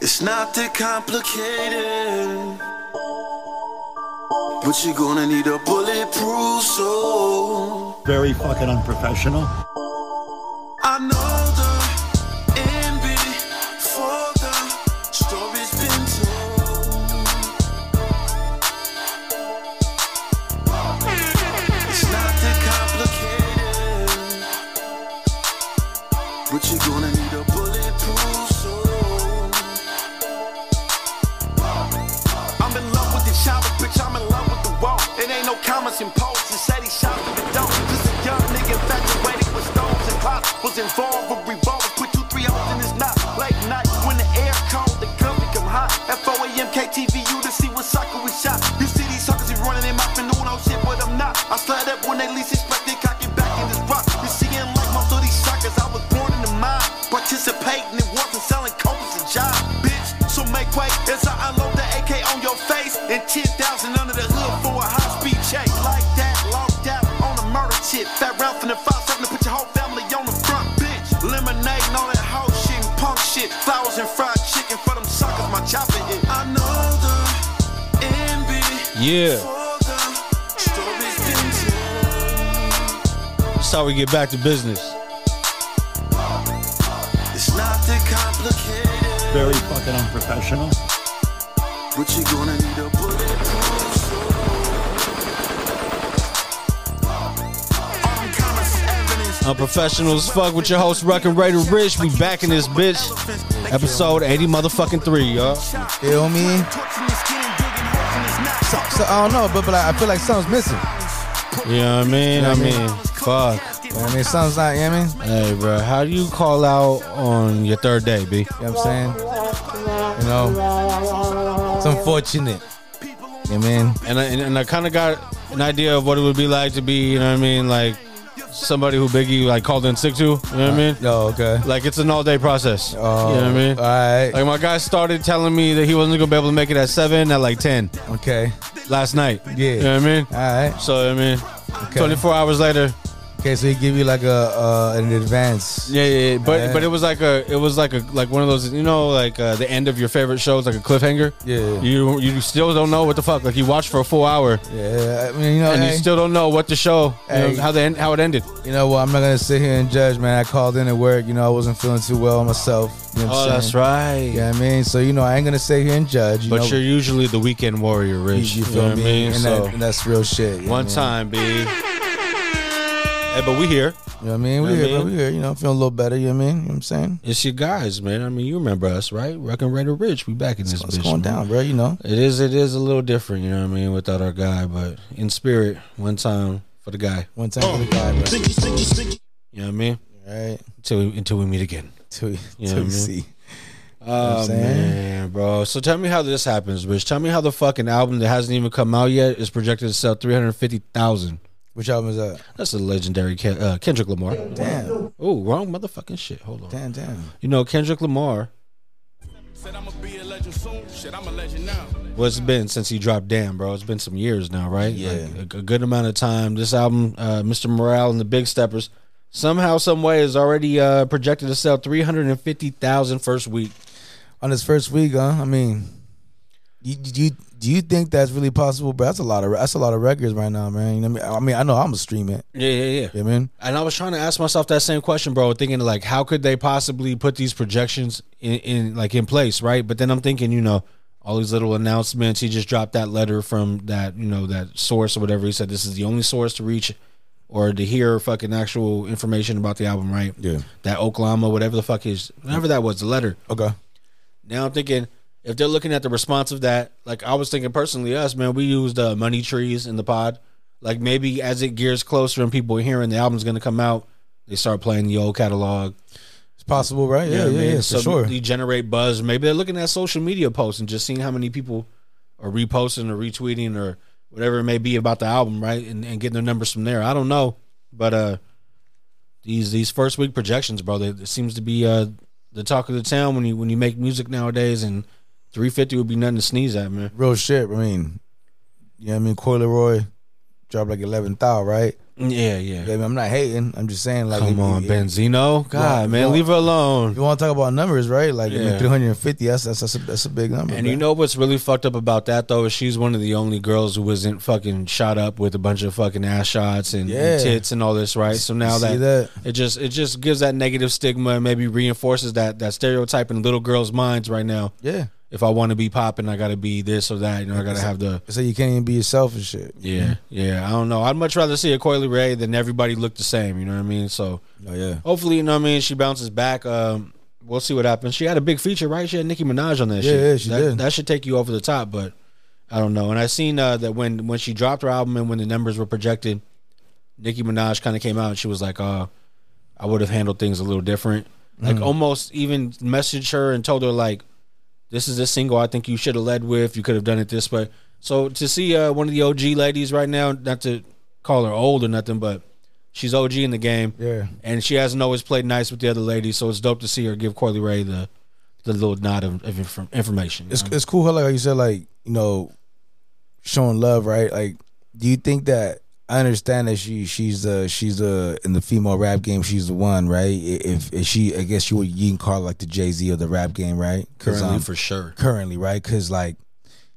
It's not that complicated. But you're gonna need a bulletproof soul. Very fucking unprofessional. I know the end before the story's been told. It's not that complicated. But you're gonna need a bulletproof soul. I'm in love with the shower, bitch. I'm in love with the wall. It ain't no comments imposed. Instead, he shot through the door. Just a young nigga infatuated with stones and pops. Was involved with revolver. Put two, three holes in his knot. Late night when the air cold, the gun become hot. FOAM KTVU to see what sucker we shot. You see these suckers, he running in my finno, no shit, but I'm not. I slide up when they least expect it, cock it back in this rock. You see, in like most of these suckers, I was born in the mind. Participating in wars and selling coke is a job, bitch. So make way as I unload the AK on your face and 10,000 under the hood for a high speed chase. Like that, locked out on the murder tip. Fat round from the 5 7 to put your whole family on the front, bitch. Lemonade and all that whole shit and punk shit. Flowers and fried chicken for them suckers, my chopper hit. I know the end Yeah. before the story's been told. That's how we get back to business. It's not that complicated. Very fucking unprofessional. But you're gonna need a bulletproof suit. Uncommon evidence. Unprofessional as fuck with your host, Ruck and Raider Rich. We back in this bitch. Episode 80 motherfucking 3, y'all. Feel me? So, so I don't know, but, but like, I feel like something's missing. You know what I mean? I mean, fuck. You know what I mean, something's not. You know what I mean? Hey, bro, how do you call out on your third day, B? You know what I'm saying? You know, it's unfortunate. You know what I mean? And I, and, and I kind of got an idea of what it would be like to be, you know what I mean, like somebody who Biggie like called in sick to. You know what I mean? Yo, okay. Like it's an all day process. Oh, you know what I mean? All right. Like my guy started telling me that he wasn't gonna be able to make it at seven at like ten okay. last night. Yeah. You know what I mean? All right. So I mean, twenty four hours later. Okay, so he give you like a uh, an advance. Yeah, yeah, yeah. But Yeah. but it was like a it was like a like one of those you know like uh, the end of your favorite shows like a cliffhanger. Yeah. You you still don't know what the fuck like you watched for a full hour Yeah, I mean, you know, and you hey, still don't know what the show you know, Hey. how the end, how it ended. you know what? I'm not gonna sit here and judge, man. I called in at work. You know, I wasn't feeling too well myself. You know what I'm saying? Oh, right. Yeah, I mean, so you know, I ain't gonna sit here and judge. You But know, you're usually the weekend warrior, you, Rich. you feel know what me? I mean? And, So that, and that's real shit. you know one what I mean? time, B. Hey, but we here. You know what I mean? We You know here, what I bro. mean? We here. You know, I'm feeling a little better. You know what I mean? You know what I'm saying? It's your guys, man. I mean, you remember us, right? Wrecking Raider Rich. We back in this What's bitch. going man. down, bro? You know? It is. It is a little different, you know what I mean, without our guy. But in spirit, one time for the guy. One time for the guy, bro. You know what I mean? All right. Until we, until we meet again. Till, we- You know till what I mean? we see. what Oh I'm saying? man, bro. So tell me how this happens, Rich. Tell me how the fucking album that hasn't even come out yet is projected to sell three hundred fifty thousand. Which album is that? That's a legendary Ken, uh, Kendrick Lamar. Damn. Oh, wrong motherfucking shit. Hold on. Damn, damn. You know Kendrick Lamar. Said I'ma be a legend soon. Shit, I'm a legend now. What's it been since he dropped Damn, bro? It's been some years now, right? Yeah. Like, a, a good amount of time. This album, uh, Mr. Morale and the Big Steppers, somehow, some way, is already uh, projected to sell 350,000 first week. On his first week, huh? I mean, you, you do you think that's really possible, bro? That's a lot of that's a lot of records right now, man. You know what I mean? I mean, I know I'm a stream it. Yeah, yeah, yeah. You know what I mean? And I was trying to ask myself that same question, bro, thinking like, how could they possibly put these projections in, in like in place, right? But then I'm thinking, you know, all these little announcements. He just dropped that letter from that, you know, that source or whatever. He said this is the only source to reach or to hear fucking actual information about the album, right? Yeah. That Oklahoma, whatever the fuck is, whatever that was, the letter. Okay. Now I'm thinking if they're looking at the response of that, like I was thinking personally, us man, we used uh, money trees in the pod. Like maybe as it gears closer and people are hearing the album's gonna come out, they start playing the old catalog. It's possible, right? You know Yeah, what I yeah, mean? e- yeah, for so sure. You generate buzz. Maybe they're looking at social media posts and just seeing how many people are reposting or retweeting or whatever it may be about the album, right? And, and getting their numbers from there. I don't know, but uh, these these first week projections, bro, they, it seems to be uh the talk of the town when you when you make music nowadays. And three fifty would be nothing to sneeze at, man. Real shit. I mean, you know what I mean? Corleroy, dropped like eleven thou, right? Yeah, yeah. Yeah, I mean, I'm not hating. I'm just saying, like, if Come you- on, if- Benzino. God, Yeah, man, come on. leave her alone. You want to talk about numbers, right? Like, I Yeah. mean, 350. That's that's that's a, that's a big number. And you man. know what's really fucked up about that though is she's one of the only girls who wasn't fucking shot up with a bunch of fucking ass shots and, and Yeah. tits and all this, right? So now See that, that? it just it just gives that negative stigma and maybe reinforces that that stereotype in little girls' minds right now. yeah. If I want to be popping, I gotta be this or that. You know, I gotta have the So you can't even be yourself and shit. yeah, yeah. I don't know. I'd much rather see a Coily Ray than everybody look the same. You know what I mean? So Oh yeah. hopefully, you know what I mean. She bounces back. Um, we'll see what happens. She had a big feature, right? She had Nicki Minaj on that. Yeah, shit. yeah, she that, did. That should take you over the top, but I don't know. And I seen uh, that when when she dropped her album and when the numbers were projected, Nicki Minaj kind of came out and she was like, "Uh, I would have handled things a little different." Mm. Like almost even messaged her and told her like, "This is a single I think you should have led with. You could have done it this way." So to see uh, one of the OG ladies right now, not to call her old or nothing, but she's OG in the game. Yeah. And she hasn't always played nice with the other ladies, so it's dope to see her give Coily Ray the the little nod of, of inf- information. It's it's cool how like you said like you know, showing love, right? Like, do you think that I understand that she she's uh she's uh in the female rap game she's the one, right? I- If, if she I guess you would you can call it like the Jay Z of the rap game, right? 'Cause, currently um, for sure. currently, right? Because like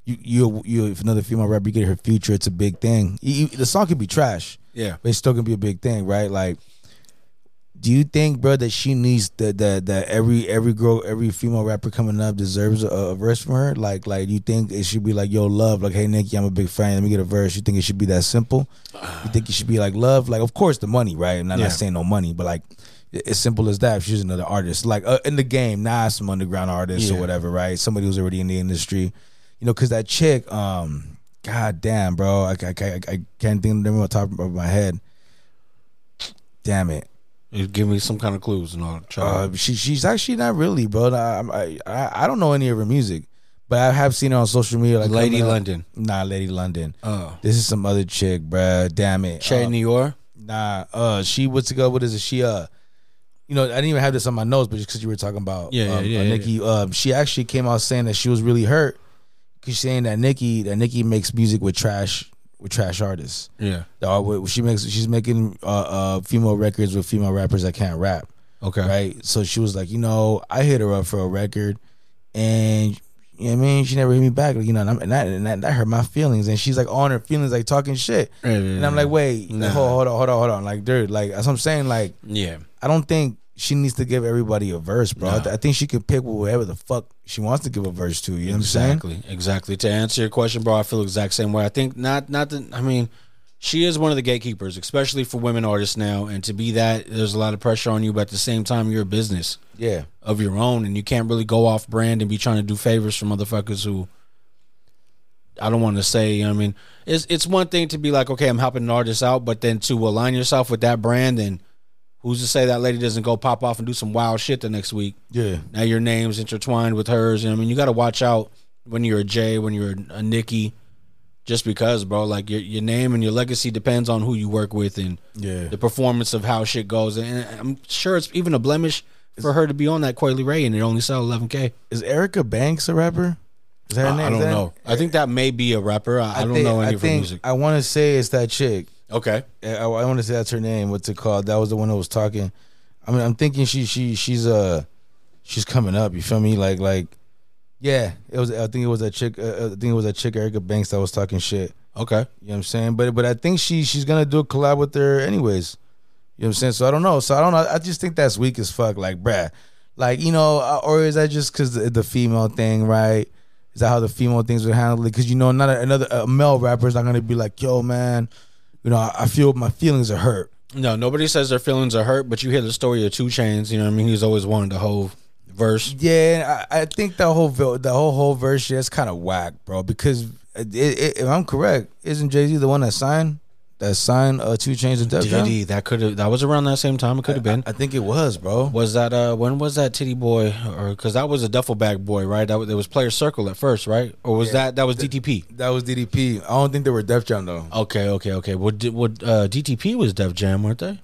you you you if another female rapper you get her future, it's a big thing. You- you- the song could be trash, Yeah. but it's still gonna be a big thing, right? Like, do you think, bro, that she needs that that that every every girl, every female rapper coming up deserves a, a verse from her? Like, like you think it should be like, yo, love, like, hey, Nikki, I'm a big fan. Let me get a verse. You think it should be that simple? You think it should be like love? Like, of course, the money, right? I'm not, Yeah. not saying no money, but like. i- As simple as that. If she's another artist, like uh, in the game, nah, some underground artist Yeah. or whatever, right? Somebody who's already in the industry, you know, because that chick, um, god damn, bro, I, I, I, I can't think of them on top of my head. Damn it, It give me some kind of clues and all. Try. uh, she she's actually not really, bro. I, I I I don't know any of her music, but I have seen her on social media. Like Lady coming up- London. nah, Lady London. Oh. This is some other chick, bro. Damn it, Che Um, Nior. Nah, uh, she was to go. What is it? She uh, you know, I didn't even have this on my notes, but just because you were talking about Yeah, yeah, um, yeah, uh, yeah, Nikki, um, she actually came out saying that she was really hurt because saying that Nikki that Nikki makes music with trash with trash artists. Yeah. Uh, wh- she makes she's making uh, uh female records with female rappers that can't rap, Okay. right? So she was like, you know, I hit her up for a record, and. You know what I mean? She never hit me back, like, you know, and, I'm, and, that, and that, that hurt my feelings. And she's like on her feelings, like talking shit. Yeah, yeah, And I'm like, yeah. wait, Nah. hold, hold on, hold on, hold on. Like, dude, like that's what I'm saying. Like, Yeah. I don't think she needs to give everybody a verse, bro. I, Nah. I think she can pick whatever the fuck she wants to give a verse to. You know what I'm saying? Exactly. Exactly. To answer your question, bro, I feel the exact same way. I think not not that I mean, she is one of the gatekeepers, especially for women artists now. And to be that, there's a lot of pressure on you, but at the same time you're a business. Yeah, of your own, and you can't really go off brand and be trying to do favors for motherfuckers who I don't want to say. You know what I mean, it's it's one thing to be like, okay, I'm helping an artist out, but then to align yourself with that brand, and who's to say that lady doesn't go pop off and do some wild shit the next week? yeah, Now your name's intertwined with hers, and I mean, you got to watch out when you're a Jay, when you're a Nikki, just because, bro. Like your your name and your legacy depends on who you work with and yeah. the performance of how shit goes. And I'm sure it's even a blemish for her to be on that Coily Ray and it only sell 11K. Is Erica Banks a rapper? Is that her name? I Is don't that- know. I think that may be a rapper. I, I don't think- know any I of her think- music. I want to say it's that chick. Okay. I, want to say that's her name. What's it called? That was the one that was talking. I mean, I'm thinking she she she's uh she's coming up. You feel me? Like like yeah. It was. I think it was that chick. Uh, uh, I think it was that chick Erica Banks that was talking shit. Okay. You know what I'm saying? But but I think she she's gonna do a collab with her anyways. You know what I'm saying? So I don't know. So I don't know. I just think that's weak as fuck. Like, bruh. Like, you know, uh, or is that just because the, the female thing, right? Is that how the female things are handled? Because, you know, not a, another a male rapper is not going to be like, yo, man, you know, I, I feel my feelings are hurt. No, nobody says their feelings are hurt, but you hear the story of Two Chains. You know what I mean? He's always wanted the whole verse. Yeah, I, I think that whole vil- the whole whole verse shit is kind of whack, bro. Because it, it, if I'm correct, isn't Jay Z the one that signed that signed uh, two chains and Def Jam? Diddy, that could have, that was around that same time. It could have been. I think it was, bro. was that uh when was that titty boy or because that was a duffel bag boy right that was, there was player circle at first right or was that that was DTP That was DDP. I don't think they were Def Jam though. okay okay okay well, D, well uh, DTP was Def Jam weren't they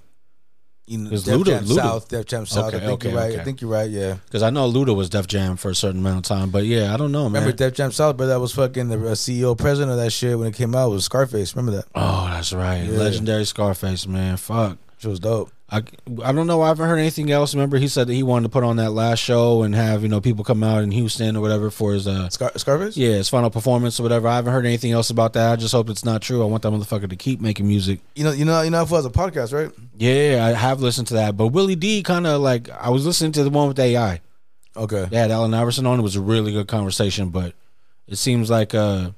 you know, 'Cause Def Luda- Jam Luda. South, Def Jam South. Okay, I think okay, you're right. okay. I think you're right. Yeah. Because I know Luda was Def Jam for a certain amount of time, but yeah, I don't know, man. Remember Def Jam South, bro? That was fucking the uh, CEO, president of that shit when it came out was Scarface. Remember that? oh, that's right, Yeah. legendary Scarface, man. Fuck. Shit was dope. I, I don't know. I haven't heard anything else. Remember, he said that he wanted to put on that last show and have you know people come out in Houston or whatever for his uh Scar- Scarface? yeah his final performance or whatever. I haven't heard anything else about that. I just hope it's not true. I want that motherfucker to keep making music. You know, you know, you know, if it was a podcast, right? Yeah, I have listened to that. But Willie D kind of like I was listening to the one with AI. Okay. They had Allen Iverson on. It was a really good conversation, but it seems like uh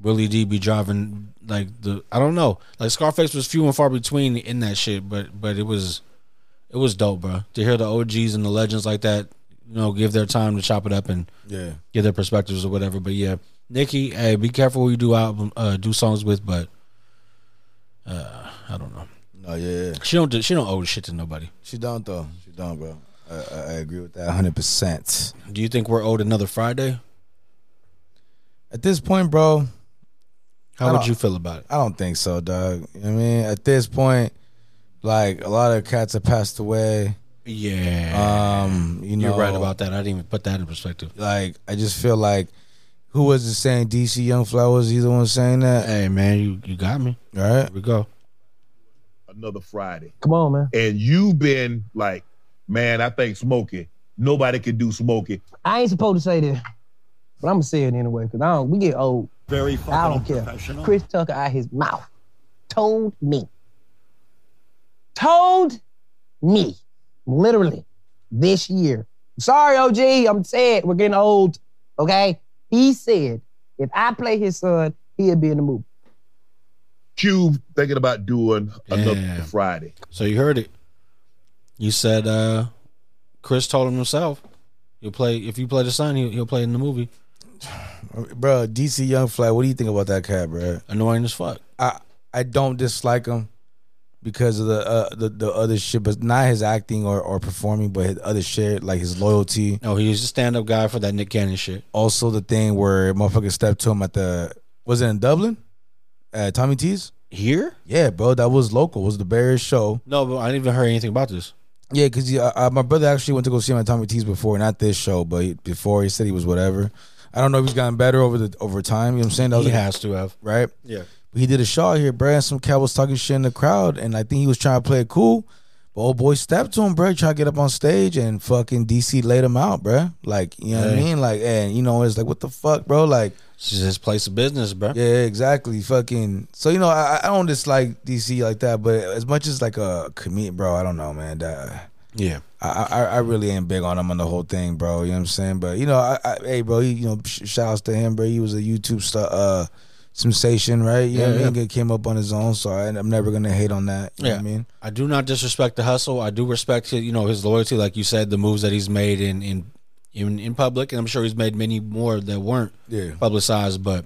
Willie D be driving like the I don't know. Like Scarface was few and far between in that shit, but but it was it was dope, bro. To hear the OGs and the legends like that, you know, give their time to chop it up and Yeah. get their perspectives or whatever. But yeah, Nikki, hey, be careful who you do album uh do songs with, but uh I don't know. No, yeah, yeah. She don't do, she don't owe shit to nobody. She don't though. She don't, bro. I, I, I agree with that 100. percent Do you think we're owed another Friday? At this point, bro, I How would don't- you feel about it? I don't think so, dog. You know what I mean, at this point, like a lot of cats have passed away. Yeah. Um, you know, You're right about that. I didn't even put that in perspective. Like, I just feel like who was it saying? DC Young Flowers, he's the one saying that, Hey man, you, you got me. right? Here we go. another Friday. Come on, man. And you've been like, man, I think Smokey. Nobody could do Smokey. I ain't supposed to say this, but I'm gonna say it anyway, cause I don't. We get old. Very fucking I don't care. unprofessional. Chris Tucker out his mouth told me, told me, literally, this year. Sorry, OG, I'm sad. We're getting old. Okay, he said if I play his son, he'll be in the movie. Cube thinking about doing another Damn. Friday. So you heard it. You said uh Chris told him himself. He'll play if you play the son, he'll, he'll play in the movie. Bro, DC Young Fly, what do you think about that cat, bro? Annoying as fuck. I I don't dislike him because of the uh, the the other shit, but not his acting or, or performing, but his other shit, like his loyalty. No, he was a stand up guy for that Nick Cannon shit. Also, the thing where motherfucker stepped to him at the was it in Dublin, at Tommy T's? Here? Yeah, bro, that was local. It was the Bears show. No, but I didn't even hear anything about this. Yeah, because uh, my brother actually went to go see him at Tommy T's before, not this show, but he- before he said he was whatever. I don't know if he's gotten better over the over time. You know what I'm saying? That was He like- has to have. right? Yeah. he did a shot here, bruh, and some cat was talking shit in the crowd, and I think he was trying to play it cool. But old boy stepped to him, bruh, try to get up on stage, and fucking DC laid him out, bruh. Like, you know what I Hey. mean? Like, and you know, it's like, what the fuck, bro? Like, It's just his place of business, bro. yeah, exactly. Fucking. So you know, I, I don't dislike DC like that, but as much as like a comedian, bro, I don't know, man. That, yeah. I, I I really ain't big on him on the whole thing, bro. You know what I'm saying? But you know, I, I hey, bro, he, you know, sh- shout outs to him, bro. He was a YouTube star, uh, sensation, right? You know what Yeah, I mean? He came up on his own, so I, I'm never gonna hate on that. You know what I mean? I do not disrespect the hustle. I do respect his, you know his loyalty, like you said, the moves that he's made in in in, in public, and I'm sure he's made many more that weren't Yeah. publicized. But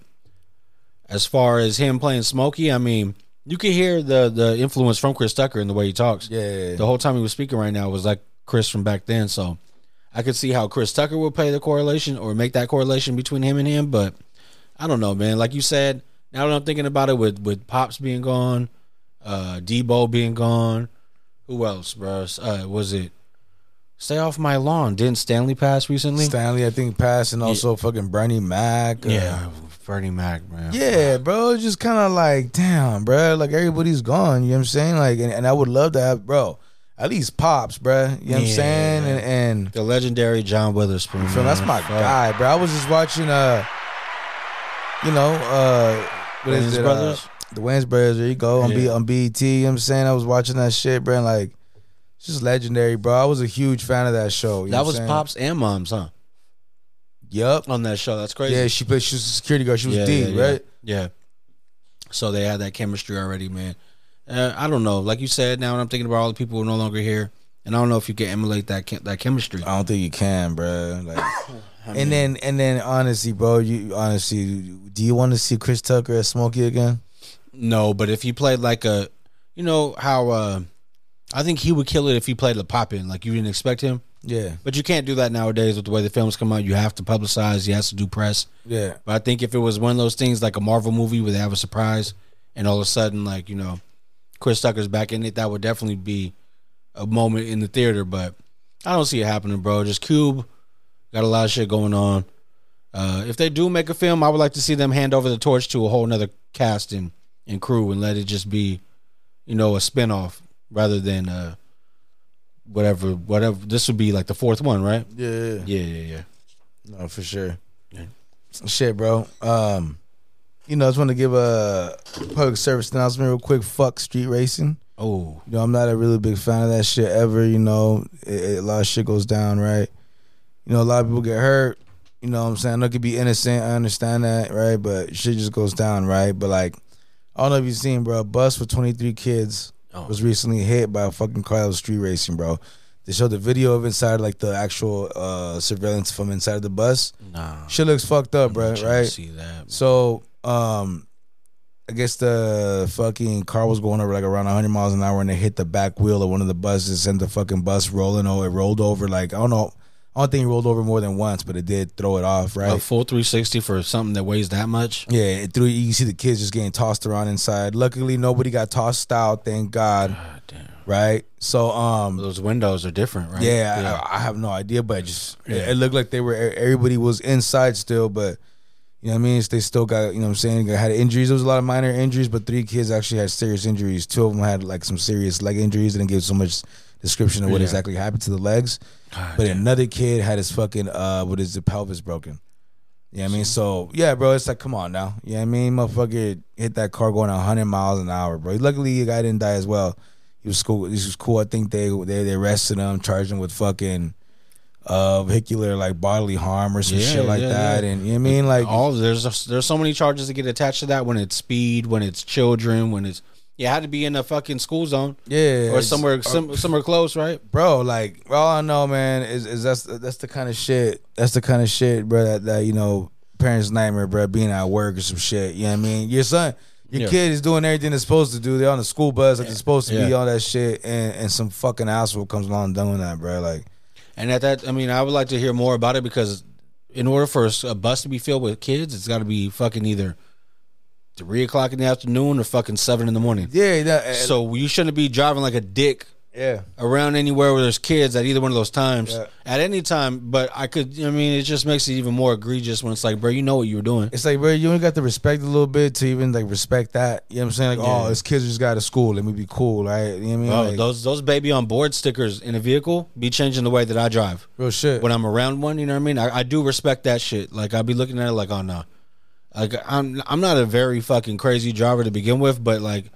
as far as him playing Smokey, I mean, you can hear the the influence from Chris Tucker in the way he talks. Yeah, yeah, yeah. the whole time he was speaking right now was like Chris from back then. So I could see how Chris Tucker would play the correlation or make that correlation between him and him, but I don't know, man. Like you said, now that I'm thinking about it, with with Pops being gone, uh, Debo being gone, who else, bro? Uh, was it Stay off my lawn? Didn't Stanley pass recently? Stanley, I think, passed, and also fucking Bernie Mac. uh, yeah, Bernie Mac, man. Yeah, bro. It's just kind of like, damn, bro. Like everybody's gone. You know what I'm saying? Like, and, and I would love to have, bro. At least pops, bro. You know what I'm Yeah. saying? And, and the legendary John Witherspoon. So that's man. my Fuck. guy, bro. I was just watching, uh, you know, uh, what is Wayans it, uh, Brothers? the Wayans Brothers. There you go on B Yeah. on BET. You know what I'm saying I was watching that shit, bro. And like, it's just legendary, bro. I was a huge fan of that show. You That know what was I'm saying? Pops and Mom's, huh? Yup. On that show, that's crazy. Yeah, she played. She was a security guard. She was yeah, D, yeah, yeah. right? Yeah. So they had that chemistry already, man. Uh, I don't know. Like you said, now I'm thinking about all the people who are no longer here, and I don't know if you can emulate that chem- that chemistry. I don't think you can, bro. Like, and then and then honestly, bro. You honestly, do you want to see Chris Tucker as Smokey again? no, but if you played like a, you know how, uh, I think he would kill it if he played the pop in. Like you didn't expect him, Yeah, but you can't do that nowadays with the way the films come out. You have to publicize. You have to do press. yeah. But I think if it was one of those things like a Marvel movie where they have a surprise and all of a sudden, like, you know, Chris Tucker's back in it, that would definitely be a moment in the theater, but I don't see it happening, bro. Just Cube got a lot of shit going on. Uh, if they do make a film, I would like to see them hand over the torch to a whole nother cast and, and crew and let it just be, you know, a spinoff rather than uh, whatever whatever. This would be like the fourth one, right? Yeah, yeah, yeah. Yeah, yeah, yeah. No, for sure. Shit, bro. Um, you know, I just want to give a public service announcement real quick. Fuck street racing. Oh, You know, I'm not a really big fan of that shit ever. You know, it, it- a lot of shit goes down, right? You know, a lot of people get hurt. You know what I'm saying? That could be innocent. I understand that, right? But shit just goes down, right? But like, I don't know if you've seen, bro. A bus with 23 kids Oh. was recently hit by a fucking car that was street racing, bro. They showed the video of inside, like the actual uh, surveillance from inside the bus. nah. Shit looks fucked up, bro. Should Right? See that? So, um, I guess the fucking car was going over like around 100 miles an hour, and it hit the back wheel of one of the buses, and the fucking bus rolling. Oh, it rolled over like I don't know. I don't think it rolled over more than once, but it did throw it off, right? A full 360 for something that weighs that much? yeah, it threw. You can see the kids just getting tossed around inside. Luckily, nobody got tossed out, thank God. God damn. Right? So, um, Those windows are different, right? Yeah, I, I have no idea, but it just it, it looked like they were e, everybody was inside still, but you know what I mean. They still got you know what I'm saying had injuries. There was a lot of minor injuries, but three kids actually had serious injuries. Two of them had like some serious leg injuries. Didn't give so much description of what Yeah. exactly happened to the legs, but another kid had his fucking uh what is the pelvis broken. Yeah, I mean, so yeah, bro, it's like, come on now. Yeah, I mean, motherfucker hit that car going 100 miles an hour, bro. Luckily, the guy didn't die as well. He was cool. This was cool. I think they they they arrested him, charged him with fucking uh vehicular like bodily harm or some Yeah, shit like yeah, that. yeah. And you know what I mean, like, all there's there's so many charges that get attached to that when it's speed, when it's children, when it's you had to be in a fucking school zone yeah, or it's- somewhere some, somewhere close, right? bro. Like all I know, man, is is that's that's the kind of shit. That's the kind of shit, bro. That, that you know, parents' nightmare, bro. Being at work or some shit. You know what I mean? Your son, your Yeah. kid is doing everything they're supposed to do. They're on the school bus, like they're supposed to be Yeah. all that shit, and and some fucking asshole comes along doing that, bro. Like, And at that, I mean, I would like to hear more about it because in order for a s- a bus to be filled with kids, it's got to be fucking either three o'clock in the afternoon or fucking seven in the morning. yeah, that, So you shouldn't be driving like a dick yeah. around anywhere where there's kids at either one of those times Yeah. at any time. But I could, I mean, it just makes it even more egregious when it's like, bro, you know what you were doing. It's like, bro, you only got to respect a little bit to even like respect that. You know what I'm saying? Like, Yeah. oh, this kid just got to school. Let me be cool, right? You know what I mean? Oh, like, those those baby on board stickers in a vehicle be changing the way that I drive real shit. when I'm around one. You know what I mean? I, I do respect that shit. Like I'll be looking at it like, oh no, like I'm I'm not a very fucking crazy driver to begin with, but like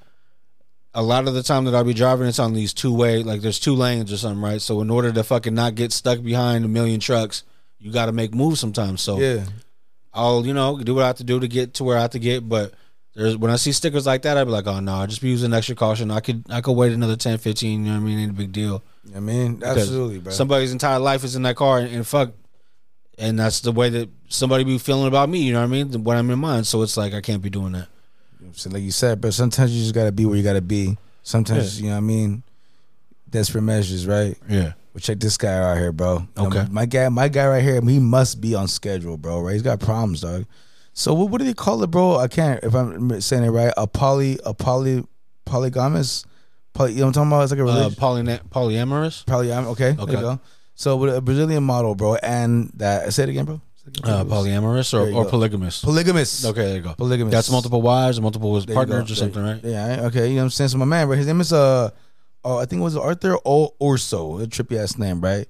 a lot of the time that I'll be driving, it's on these two way, like there's two lanes or something, right? So in order to fucking not get stuck behind a million trucks, you got to make moves sometimes. So yeah, I'll you know do what I have to do to get to where I have to get, but. There's, when I see stickers like that, I'd be like, "Oh no, I just be using extra caution. I could, I could wait another 10, 15, You know what I mean? Ain't a big deal. You know what I mean, Because absolutely, bro. Somebody's entire life is in that car, and, and fuck, and that's the way that somebody be feeling about me. You know what I mean? When I'm in mine, so it's like I can't be doing that. So like you said, bro, sometimes you just gotta be where you gotta be. Sometimes you know what I mean. Desperate measures, right? Yeah, Well, check this guy out here, bro. You know, Okay. my guy, my guy right here, he must be on schedule, bro. Right? He's got problems, dog. So what, what do they call it, bro? I can't if I'm saying it right. A poly, a poly, polygamous. Poly, you know what I'm talking about? It's like a uh, religion. polyna- polyamorous, Probably I'm okay. There Okay. you go. So with a Brazilian model, bro, and that say it again, bro. Say it again. uh, polyamorous, There or, you or go. polygamous. polygamous. okay, there you go. Polygamous. That's multiple wives, or multiple There you go. partners, or There- something, right? Yeah, okay. You know what I'm saying? So my man, right? His name is uh oh, I think it was Arthur o- Orso, a trippy ass name, right?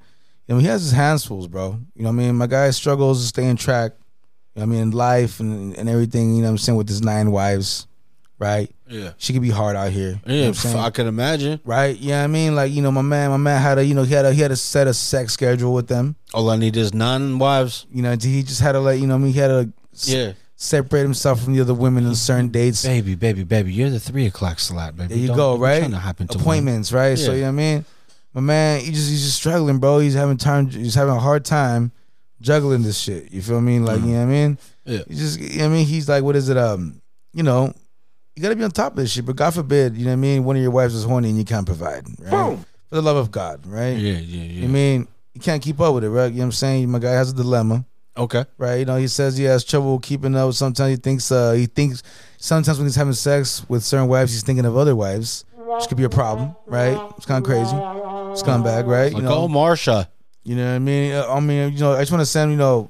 You know, he has his hands full, bro. You know what I mean? My guy struggles to stay in track, you know what I mean, life and and everything, you know what I'm saying, with his nine wives, right? Yeah, She could be hard out here. you know what yeah. I'm saying? I could imagine. Right? Yeah, I mean, like, you know, my man, my man had a you know, he had a he had a set a sex schedule with them. All I need is nine wives. You know, he just had to like, you know, what I mean, he had to s- Yeah, separate himself from the other women on certain dates. baby, baby, baby. You're the three o'clock slot, baby. There you Don't- go, don't right? tryna hop into one. Appointments, right? So Yeah. you know what I mean. My man, he just he's just struggling, bro. He's having time. He's having a hard time juggling this shit. You feel me? Like you know what I mean. Mm-hmm. Yeah. He just you know what I mean. He's like, what is it? Um, you know, you gotta be on top of this shit. But God forbid, you know what I mean. One of your wives is horny and you can't provide, right? For the love of God, right? Yeah, yeah, You know what I yeah. mean you can't keep up with it, right? You know what I'm saying? My guy has a dilemma Okay. right? You know, he says he has trouble keeping up. Sometimes he thinks uh, he thinks sometimes when he's having sex with certain wives, he's thinking of other wives. You This could be a problem, right? It's kind of crazy. Scumbag, right? Like, oh, Marsha. You know what I mean? Uh, I mean, you know, I just want to send, you know,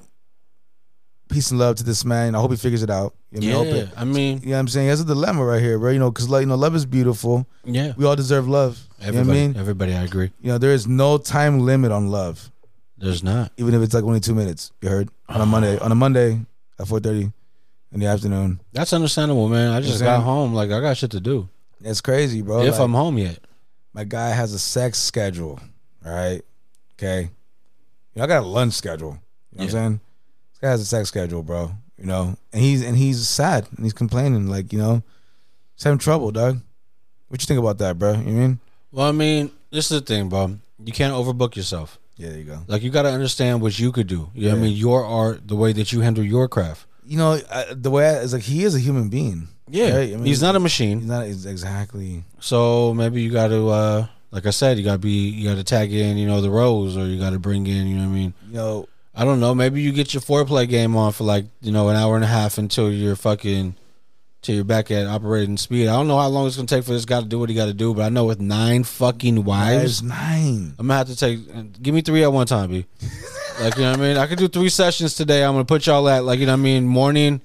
peace and love to this man. I hope he figures it out. You know, Yeah, I hope it- I mean, You know what I'm saying? That's a dilemma right here, bro. You know, because, like, you know, love is beautiful. yeah. We all deserve love. Everybody, You know what I mean? everybody, I agree. You know, there is no time limit on love, There's not. even if it's like only two minutes. You heard? On a Monday, on a Monday at 4.30 in the afternoon. That's understandable, man. I just Understand? got home. Like, I got shit to do. That's crazy, bro. if Like, I'm home yet. my guy has a sex schedule. All right. Okay. You know, I got a lunch schedule. You know what I'm saying? This guy has a sex schedule, bro. You know? And he's and he's sad and he's complaining, like, you know, he's having trouble, dog. What you think about that, bro? You know what I mean? Well, I mean, this is the thing, bro. You can't overbook yourself. Yeah, there you go. Like, you got to understand what you could do. You know what I Yeah. mean? Your art, the way that you handle your craft. You know, I, the way I, it's like he is a human being. Right? I mean, he's not a He's machine. not he's exactly. So maybe you got to, uh, like I said, you got to be, you got to tag in, you know, the roles or you got to bring in, you know what I mean? You know, I don't know. Maybe you get your foreplay game on for like you know an hour and a half until you're fucking till you're back at operating speed. I don't know how long it's gonna take for this guy to do what he got to do, but I know with nine fucking wives, there's nine. I'm gonna have to take. uh, Give me three at one time, b. like you know what I mean. I could do three sessions today. I'm gonna put y'all at like you know what I mean morning,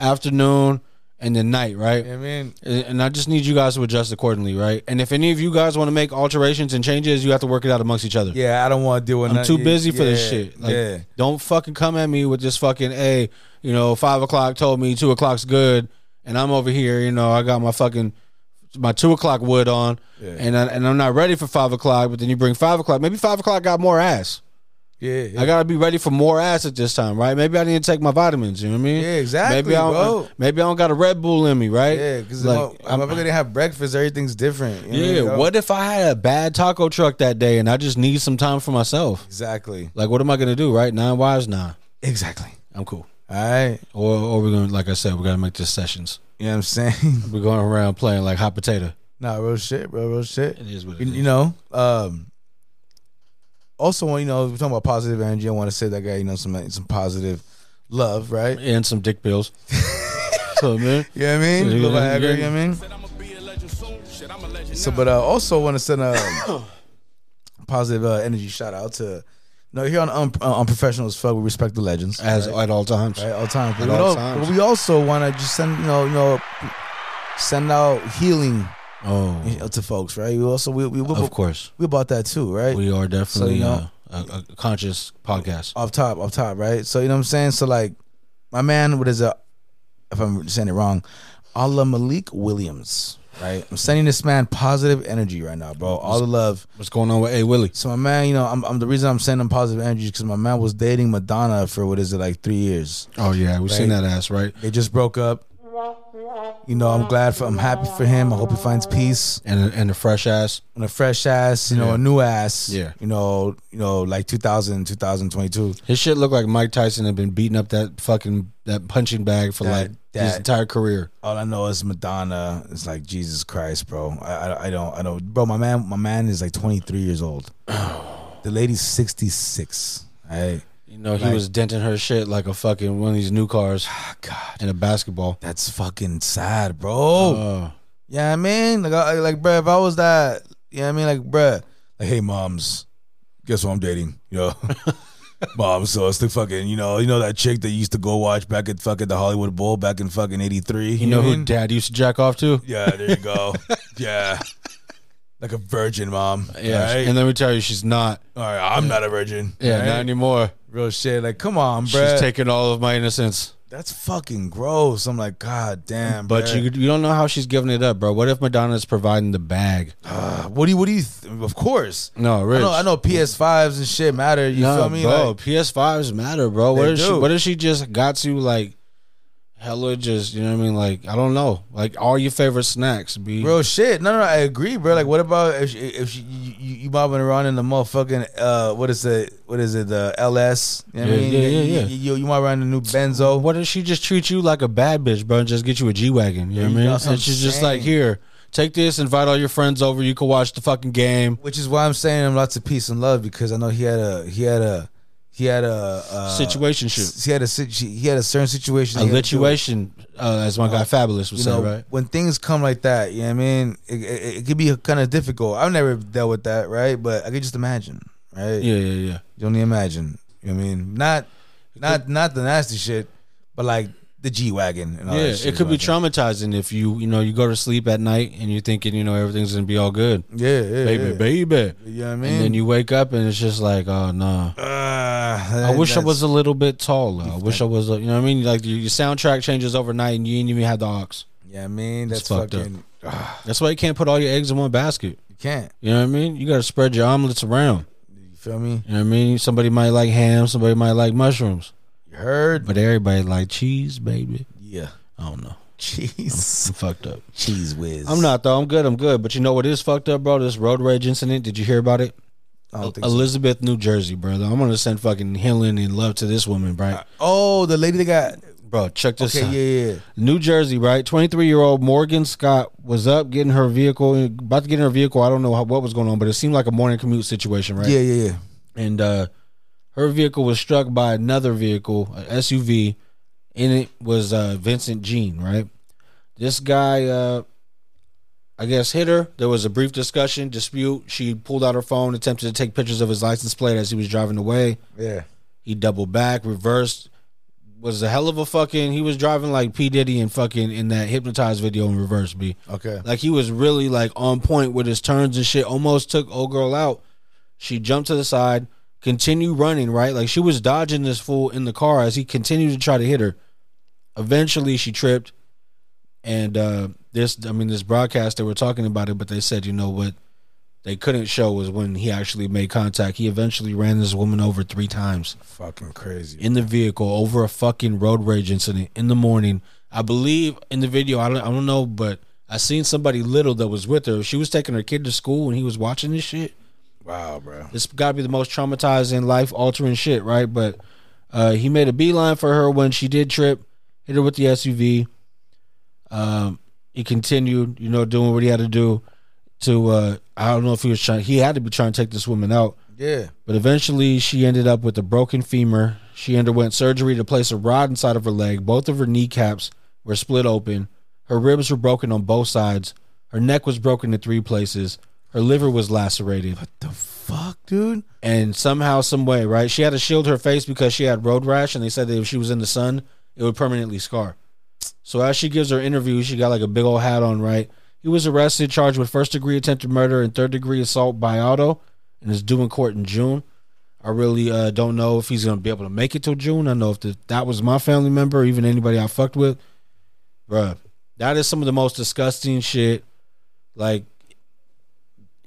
afternoon, and then night, right? You know what I mean, And and I just need you guys to adjust accordingly, right? And if any of you guys want to make alterations and changes, you have to work it out amongst each other. yeah, I don't want to deal with. I'm none- too busy for this yeah, shit. Like, yeah, don't fucking come at me with this fucking a. You know, five o'clock told me two o'clock's good, and I'm over here. You know, I got my fucking my two o'clock wood on, Yeah. and I, and I'm not ready for five o'clock. But then you bring five o'clock. Maybe five o'clock got more ass. yeah, yeah. I gotta be ready for more ass at this time, right? Maybe I need to take my vitamins. You know what I mean? Yeah, exactly, Maybe I don't, bro. maybe I don't got a Red Bull in me, right? Yeah, because Like, I'm, gonna have breakfast. Everything's different. you know yeah. what I mean? What if I had a bad taco truck that day and I just need some time for myself? Exactly. Like, what am I gonna do? Right? Nine wives, nah. Exactly. I'm cool. All right. Or, or we're gonna, like I said, we gotta make this sessions. You know what I'm saying? We're going around playing like hot potato. nah, real shit, bro. Real shit. It is what it You, is. you know. Um. Also, you know, we're talking about positive energy. I want to say that guy, you know, some some positive love, right? and some dick pills. so man, You know what I mean? Yeah, Little yeah, Viagra, yeah. you know what I mean? Said I'ma be a legend soon. Shit, I'm a legend So, now. but I also want to send a positive uh, energy shout out to, you know, here on um, uh, on professionals, fuck, we respect the legends. as at all times. right? All the time. At But we, all al- times. but we also want to just send you know you know send out healing you Oh, know, to folks, right? We also we we, we, of course, we about that too, right? we are definitely you know- uh, a, a conscious podcast. off top, off top, right? So you know what I'm saying. So like my man, what is it? If I'm saying it wrong, Allah Malik Williams, right? I'm sending this man positive energy right now, bro. All the love. What's going on with A Willie? So my man, you know, I'm, I'm the reason I'm sending him positive energy because my man was dating Madonna for what is it like three years. Oh yeah, we've seen Right. that ass, right? They just broke up. You know, I'm glad for I'm happy for him. I hope he finds peace And a, and a fresh ass. and a fresh ass, you know, Yeah. a new ass. Yeah. You know, you know, like 2000, 2022. His shit looked like Mike Tyson had been beating up that fucking that punching bag for That- like his that- entire career. All I know is Madonna. It's like Jesus Christ, bro. I, I, I don't, I don't, bro. My man, my man is like 23 years old. the lady's 66. Right. You know, he Like- was denting her shit like a fucking one of these new cars God, in a basketball. that's fucking sad, bro. Uh, Yeah, I mean, like, I, like, bruh, if I was that, yeah, I mean, like, bruh, like, hey, moms, guess who I'm dating? You know, mom, so it's the fucking, you know, you know that chick that you used to go watch back at fucking the Hollywood Bowl back in fucking '83. you know who Dad used to jack off to? yeah, there you go. yeah, like a virgin, mom. Yeah, All right? and let me tell you, she's not. All right, I'm not a virgin. Yeah, All right? not anymore. real shit. Like, come on, bruh. She's taking all of my innocence. That's fucking gross. I'm like, god damn. But bruh. you you don't know how she's giving it up, bro. What if Madonna's providing the bag? what do you, what do you? Th- of course. No, I Rich. know, I know PS5s and shit matter. You No, feel me? bro. Like, PS5s matter, bro. What They if she? do. What if she just got you like hella? Just you know what I mean? Like I don't know. Like all your favorite snacks, be Bro, shit. No, no, no, I agree, bro. Like, what about if she, if she, you, you, you bobbing around in the motherfucking uh, what is it? What is it? The LS. You know what I Yeah, mean, yeah, yeah, You- yeah. You, you, you might run the new Benzo. What if she just treat you like a bad bitch, bro, and just get you a G wagon? You know what I mean? That's what And I'm she's just like, saying. here, take this, invite all your friends over. You can watch the fucking game. Which is why I'm saying him lots of peace and love because I know he had a he had a He had a, a situation shit. He had a sit- he had a certain situation. A he had to do. lituation, uh, as my guy Fabulous would you say, know, right? when things come like that, you know what I mean? It, it, it could be kind of difficult. I've never dealt with that, right? But I could just imagine, right? Yeah, yeah, yeah. You only imagine. You know what I mean? Not not not the nasty shit, but like the G Wagon and all yeah, that shit. it could be like that. traumatizing if you, you know, you go to sleep at night and you're thinking, you know, everything's gonna be all good, Yeah, yeah. baby, yeah. baby. You know what I mean? And then you wake up and it's just like, oh no. Uh, I wish I was a little bit taller. I wish I was, a, you know, what I mean, like your, your soundtrack changes overnight and you ain't even have the aux. Yeah, I mean, that's It's fucked up. fucking. That's why you can't put all your eggs in one basket. You can't. You know what I mean? You gotta spread your omelets around. You feel me? You know what I mean? Somebody might like ham, somebody might like mushrooms, You heard? but everybody like cheese, baby. Yeah. I don't know. Cheese. I'm fucked up. Cheese whiz. I'm not though. I'm good. I'm good. But you know what is fucked up, bro? This road rage incident. Did you hear about it? I don't think so. Elizabeth, New Jersey, brother. I'm gonna send fucking healing and love to this woman, right? Oh, the lady that got. bro, check this Okay, out. yeah, yeah. New Jersey, right? 23 year old Morgan Scott was up getting her vehicle, about to get in her vehicle. I don't know how, what was going on, but it seemed like a morning commute situation, right? Yeah, yeah, yeah. and uh, her vehicle was struck by another vehicle, a SUV. In it was uh, Vincent Jean, right? This guy, uh, I guess, hit her. There was a brief discussion, dispute. She pulled out her phone, attempted to take pictures of his license plate as he was driving away. Yeah. He doubled back, reversed. Was a hell of a fucking. He was driving like P Diddy and fucking in that hypnotized video in reverse. B. Okay. Like he was really like on point with his turns and shit. Almost took old girl out. She jumped to the side, continued running, right? Like she was dodging this fool in the car as he continued to try to hit her. Eventually she tripped. And uh this I mean this broadcast they were talking about it, but they said, you know what they couldn't show was when he actually made contact. He eventually ran this woman over three times Fucking crazy. in the vehicle over a fucking road rage incident in the morning. I believe in the video, I don't, I don't know, but I seen somebody little that was with her. She was taking her kid to school and he was watching this shit. Wow, bro. It's got to be the most traumatizing, life altering shit, right? But uh, he made a beeline for her when she did trip, hit her with the SUV. Um, he continued, you know, doing what he had to do to, uh, I don't know if he was trying, he had to be trying to take this woman out. Yeah. But eventually, she ended up with a broken femur. She underwent surgery to place a rod inside of her leg. Both of her kneecaps were split open. Her ribs were broken on both sides. Her neck was broken in three places. Her liver was lacerated. The fuck, dude? And somehow, some way, right? She had to shield her face because she had road rash, and they said that if she was in the sun, it would permanently scar. So as she gives her interview, she got like a big old hat on, right? He was arrested, charged with first degree attempted murder and third degree assault by auto, and is due in court in June. I really uh, don't know if he's gonna be able to make it till June. I know if the, that was my family member or even anybody I fucked with, bruh. That is some of the most disgusting shit. Like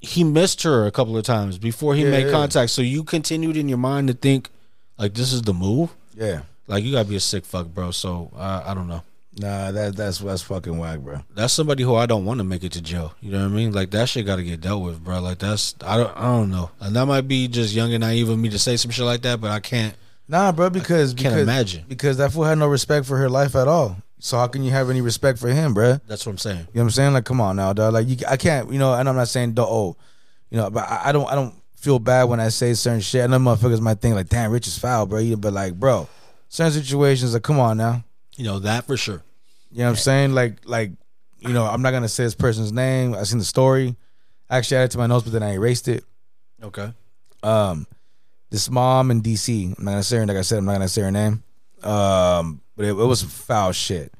he missed her a couple of times before he Yeah, made yeah. contact. So you continued in your mind to think like this is the move. Yeah. Like you gotta be a sick fuck, bro. So uh, I don't know. Nah, that that's that's fucking whack, bro. that's somebody who I don't want to make it to jail. You know what I mean? Like that shit got to get dealt with, bro. Like that's I don't I don't know. And that might be just young and naive of me to say some shit like that, but I can't. Nah, bro, because can't because, imagine. because that fool had no respect for her life at all. So how can you have any respect for him, bro? That's what I'm saying. You know what I'm saying? Like, come on now, dog. Like, you, I can't, you know. And I'm not saying, do oh, you know, but I, I don't, I don't feel bad when I say certain shit. And them motherfuckers might think like, damn, Rich is foul, bro. You- But like, bro, certain situations, like, come on now. You know that for sure. You know what I'm saying? Like, like, you know, I'm not gonna say this person's name. I seen the story. I actually added it to my notes, but then I erased it. Okay. um this mom in DC. I'm not gonna say her like I said, I'm not gonna say her name. Um, but it, it was some foul shit.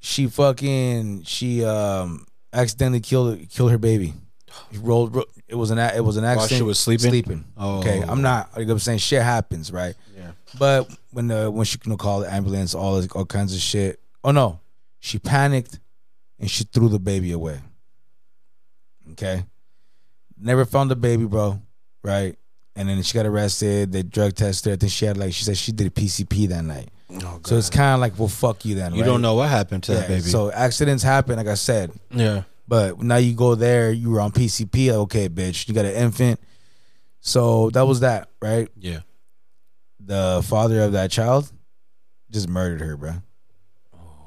She fucking she um accidentally killed killed her baby. He rolled, ro- it was an a- it was an accident. she was sleeping? Sleeping. Oh. Okay, I'm not. Like I'm saying, shit happens, right? Yeah. But when the when she can call the ambulance, all this, all kinds of shit. Oh no, she panicked and she threw the baby away. Okay. Never found the baby, bro. Right. And then she got arrested. They drug tested her. I think she had like she said she did a PCP that night. so it's kind of like, well, fuck you then. Oh, You don't know what happened to yeah, that baby. So accidents happen, like I said. yeah. But now you go there, you were on PCP. Like, okay, bitch, you got an infant. So that was that, right? Yeah. The father of that child just murdered her, bro.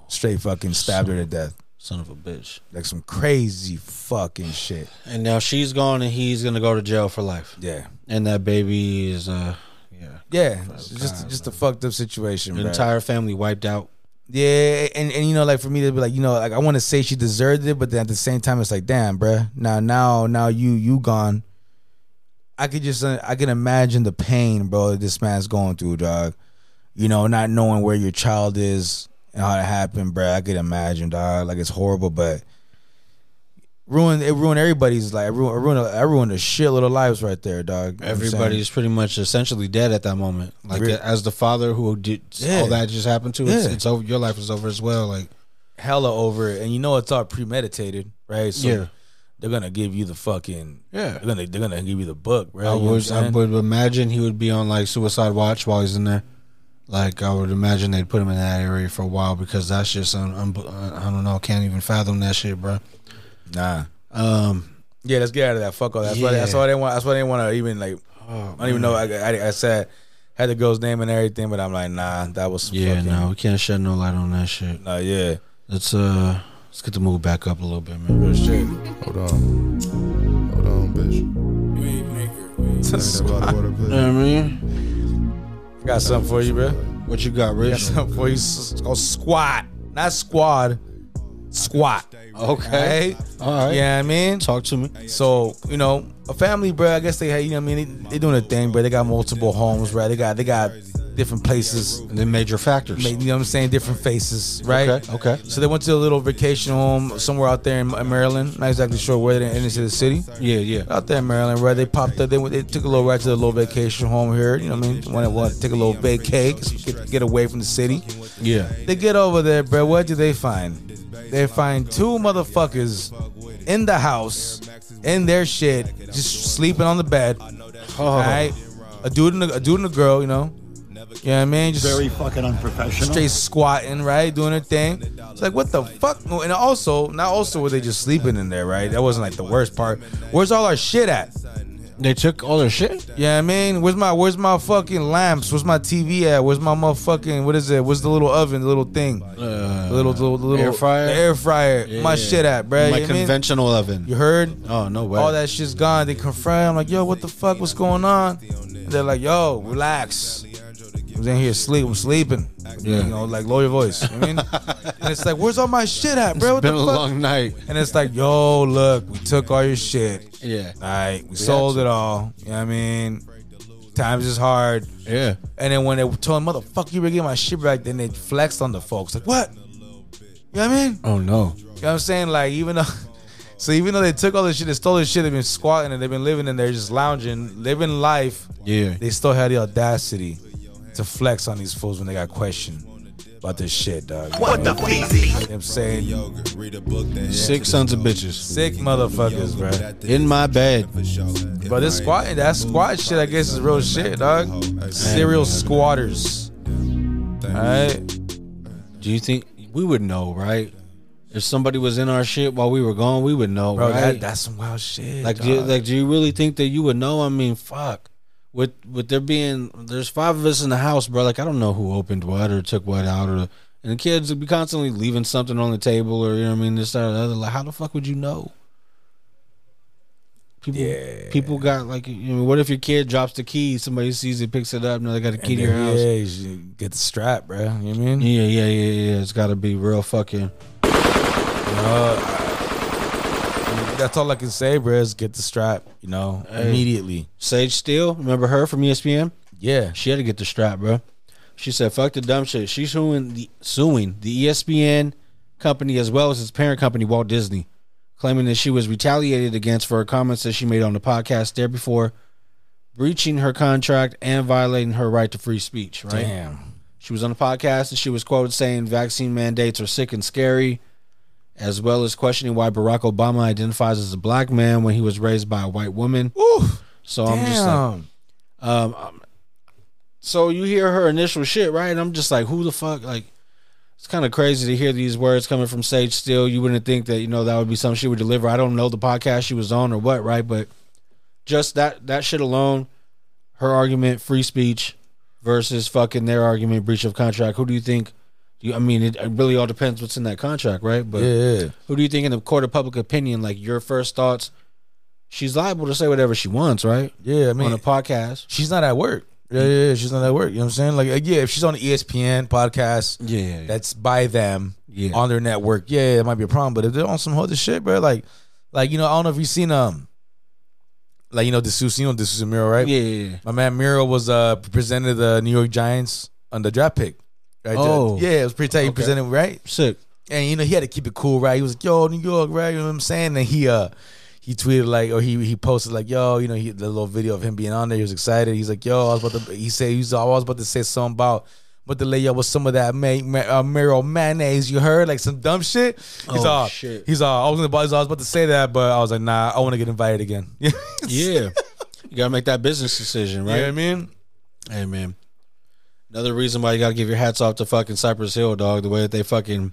Straight fucking stabbed her to death. Son of a bitch. Like some crazy fucking shit. And now she's gone, and he's gonna go to jail for life. Yeah. And that baby is, uh, Yeah. Yeah, it's just just a fucked up situation. Your bro. entire family wiped out. Yeah, and, and you know, like for me to be like, you know, like I want to say she deserved it, but then at the same time, it's like, damn, bruh. Now, now, now you you gone. I could just uh, I can imagine the pain, bro. that This man's going through, dog. You know, not knowing where your child is and how it happened, bruh. I could imagine, dog. Like it's horrible, but ruined it ruined everybody's life. It ruined, it ruined, I ruined a shitload of lives right there, dog. You know what I'm saying? Everybody's pretty much essentially dead at that moment. Like Re- as the father who did Yeah. all that just happened to, it's, Yeah. it's over. Your life is over as well. Like hella over it, and you know it's all premeditated, right? So Yeah. they're gonna give you the fucking Yeah. They're gonna they're gonna give you the book, right? I would, I would imagine he would be on like suicide watch while he's in there. Like I would imagine they'd put him in that area for a while because that's just un, un, I don't know. Can't even fathom that shit, bro. nah. Um, Yeah, let's get out of that. Fuck all that. That's why. Yeah. Oh, That's why I didn't want. That's why I didn't want to even like. I don't even know. I, I, I said had the girl's name and everything, but I'm like, nah, that was some yeah, fucking- no, we can't shed no light on that shit. nah, yeah, Let's uh, let's get the mood back up a little bit, man. real shit. Hold on. Hold on, bitch. Ain't that about to water, You know bitch? what I mean, Got something for you, bro. what you got, Got Rich? something for you. S- It's called squat, not squad. Squat. Okay, Right? all right. Yeah, Yeah, I mean. talk to me. So you know, a family, bro. I guess they, had- you know, what I mean, they, they doing a thing, bro. They got multiple homes, right? They got they got different places. And then major factors. ma- You know what I'm saying? Different faces, right? Okay, okay. So they went to a little vacation home somewhere out there in in Maryland. Not exactly sure where they're in into the city. Yeah, yeah. Out there in Maryland, right? They popped up. They went, they took a little ride to the little vacation home here. You know what I mean? Want to take a little vacay, 'cause get, get away from the city. Yeah. They get over there, bro. What do they find? They find two motherfuckers in the house, in their shit, just sleeping on the bed. All right, a dude and a, a dude and a girl, you know. You know what I mean? Just Very fucking unprofessional. straight squatting, right, doing her thing. It's like, what the fuck? No, And also, not also were they just sleeping in there, right? That wasn't like the worst part. Where's all our shit at? They took all their shit. Yeah, I mean, where's my where's my fucking lamps? Where's my TV at? Where's my motherfucking what is it? Where's the little oven, the little thing, Uh, the little the little, the little air fryer? the air fryer? Yeah. My shit at, bro. My you, know what I mean? conventional oven. you heard? Oh no way. All that shit's gone. They confront. I'm like, yo, what the fuck? What's going on? And they're like, yo, relax. I was in here sleep. I'm sleeping. Yeah. You know, like lower your voice. You know what I mean, and it's like, where's all my shit at, bro? What Been the a fuck? long night. And it's like, yo, look, we took all your shit. Yeah. All right, we sold it all. You know what I mean? Times is hard. Yeah. And then when they told him, motherfucker, you better get my shit back, then they flexed on the folks. Like, what? You know what I mean? Oh no. You know what I'm saying? Like, even though. So even though they took all this shit, they stole this shit, they've been squatting and they've been living in there, just lounging, living life. Yeah. They still had the audacity to flex on these fools when they got questioned about this shit, dog. You know What the feezy? what I'm saying? Six sons of bitches Sick motherfuckers, bro. in my bed. But this squat, that squat shit, I guess is real shit, dog. Serial squatters. All right, Do you think we would know, right? If somebody was in our shit while we were gone, we would know, bro. right? That, that's some wild shit. like, do dog. you, like, do you really think that you would know? I mean, fuck. With with there being there's five of us in the house, bro. Like, I don't know who opened what or took what out or. And the kids would be constantly leaving something on the table, or you know what I mean, this, that, or the other. Like, how the fuck would you know? People, Yeah. people got like, you know, what if your kid drops the key, somebody sees it, picks it up, now they got a key to your house. yeah, you should get the strap, bro. You know what I mean? Yeah, yeah, yeah, yeah. It's got to be real fucking. That's all I can say, bro. Is get the strap, you know, Hey. immediately. Sage Steele, remember her from E ESPN? Yeah, She had to get the strap, bro. She said, "Fuck the dumb shit." She's suing the suing the E ESPN company as well as its parent company, Walt Disney, claiming that she was retaliated against for her comments that she made on the podcast there before, breaching her contract and violating her right to free speech. Right? damn. She was on a podcast and she was quoted saying vaccine mandates are sick and scary, as well as questioning why Barack Obama identifies as a black man when he was raised by a white woman. Ooh, So damn. I'm just like, um, um, so you hear her initial shit, right? And I'm just like, who the fuck? Like, it's kind of crazy to hear these words coming from Sage Still. You wouldn't think that you know that would be something she would deliver. I don't know the podcast she was on or what, right? But just that that shit alone, her argument, free speech versus fucking their argument, breach of contract. Who do you think? You, I mean, it, it really all depends what's in that contract, right? But yeah, who do you think in the court of public opinion, like your first thoughts? She's liable to say whatever she wants, right? yeah. I on mean, a podcast. she's not at work. Yeah, yeah, yeah, she's on that work. You know what I'm saying? Like, uh, yeah, if she's on the ESPN podcast, Yeah, yeah, yeah. that's by them Yeah. on their network. Yeah, yeah, it might be a problem. But if they're on some other shit, bro, like, like you know, I don't know if you've seen um, like you know, D'Souza, you know, D'Souza Miro, right? yeah, yeah, yeah. My man Miro was uh presented the New York Giants on the draft pick. Right? Oh. yeah, it was pretty tight. He presented right, Sick. and you know he had to keep it cool, right? He was like, "Yo, New York, right?" You know what I'm saying? And he uh he tweeted like, or he he posted like, "Yo, you know he the little video of him being on there. He was excited. He's like, "Yo, I was about to." He said he was I was about to say something about. But the layout was some of that ma- ma- uh, Miro mayonnaise you heard, like some dumb shit. He's Oh, all, shit. he's all. I was, gonna, I was about to say that, but I was like, nah, I want to get invited again. yeah, Yeah. you gotta make that business decision, you know what I right? mean, Hey man. Another reason why you gotta give your hats off to fucking Cypress Hill, dog, the way that they fucking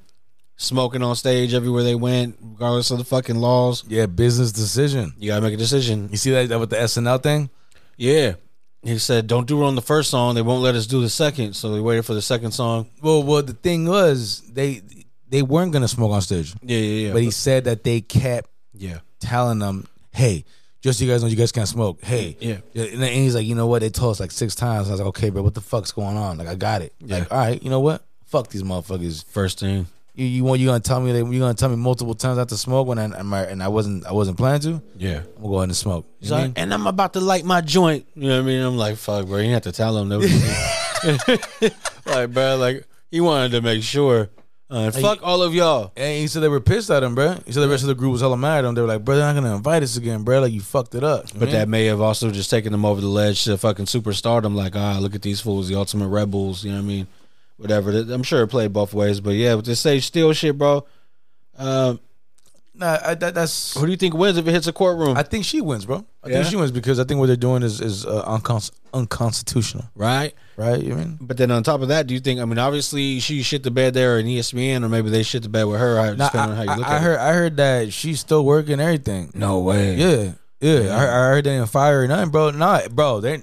smoking on stage everywhere they went, regardless of the fucking laws. yeah, business decision. You gotta make a decision. You see that, that with the SNL thing? Yeah. He said, Don't do it on the first song, they won't let us do the second. So they waited for the second song. Well, well, the thing was they they weren't gonna smoke on stage, Yeah, yeah, yeah. but he said that they kept yeah. telling them, "Hey, just so you guys know, you guys can't smoke." Hey, Yeah. And then- and he's like, "You know what? They told us like six times." I was like, "Okay, bro, what the fuck's going on?" Like, I got it. Like, all right, you know what? Fuck these motherfuckers. First thing. You you want you gonna tell me that you gonna tell me multiple times not to smoke when I am I- and I wasn't I wasn't planning to. Yeah. I'm gonna go ahead and smoke. You He's like, know what I mean? and I'm about to light my joint. You know what I mean? I'm like, fuck, bro. You didn't have to tell him that. was- like, bro, like he wanted to make sure. Uh, fuck all of y'all. And he said they were pissed at him, bro. He said the rest of the group was hella mad at him. They were like, "Bro, they're not gonna invite us again, bro. Like you fucked it up." You But know what I mean? that may have also just taken them over the ledge to fucking superstardom. Like, ah, look at these fools, the ultimate rebels. You know what I mean? Whatever. I'm sure it played both ways. But yeah, with this stage steal shit, bro. Um, Nah, I, that, that's. who do you think wins if it hits a courtroom? I think she wins, bro. I Yeah? think she wins because I think what they're doing is is uh, uncons- unconstitutional, right. right? You mean? But then on top of that, do you think? I mean, obviously she shit the bed there in E ESPN, or maybe they shit the bed with her. I Nah, just I, depending on how you look I- I at heard I heard that she's still working everything. No way. Yeah, yeah. I, heard- I heard they didn't fire her or nothing, bro. Nah, bro. They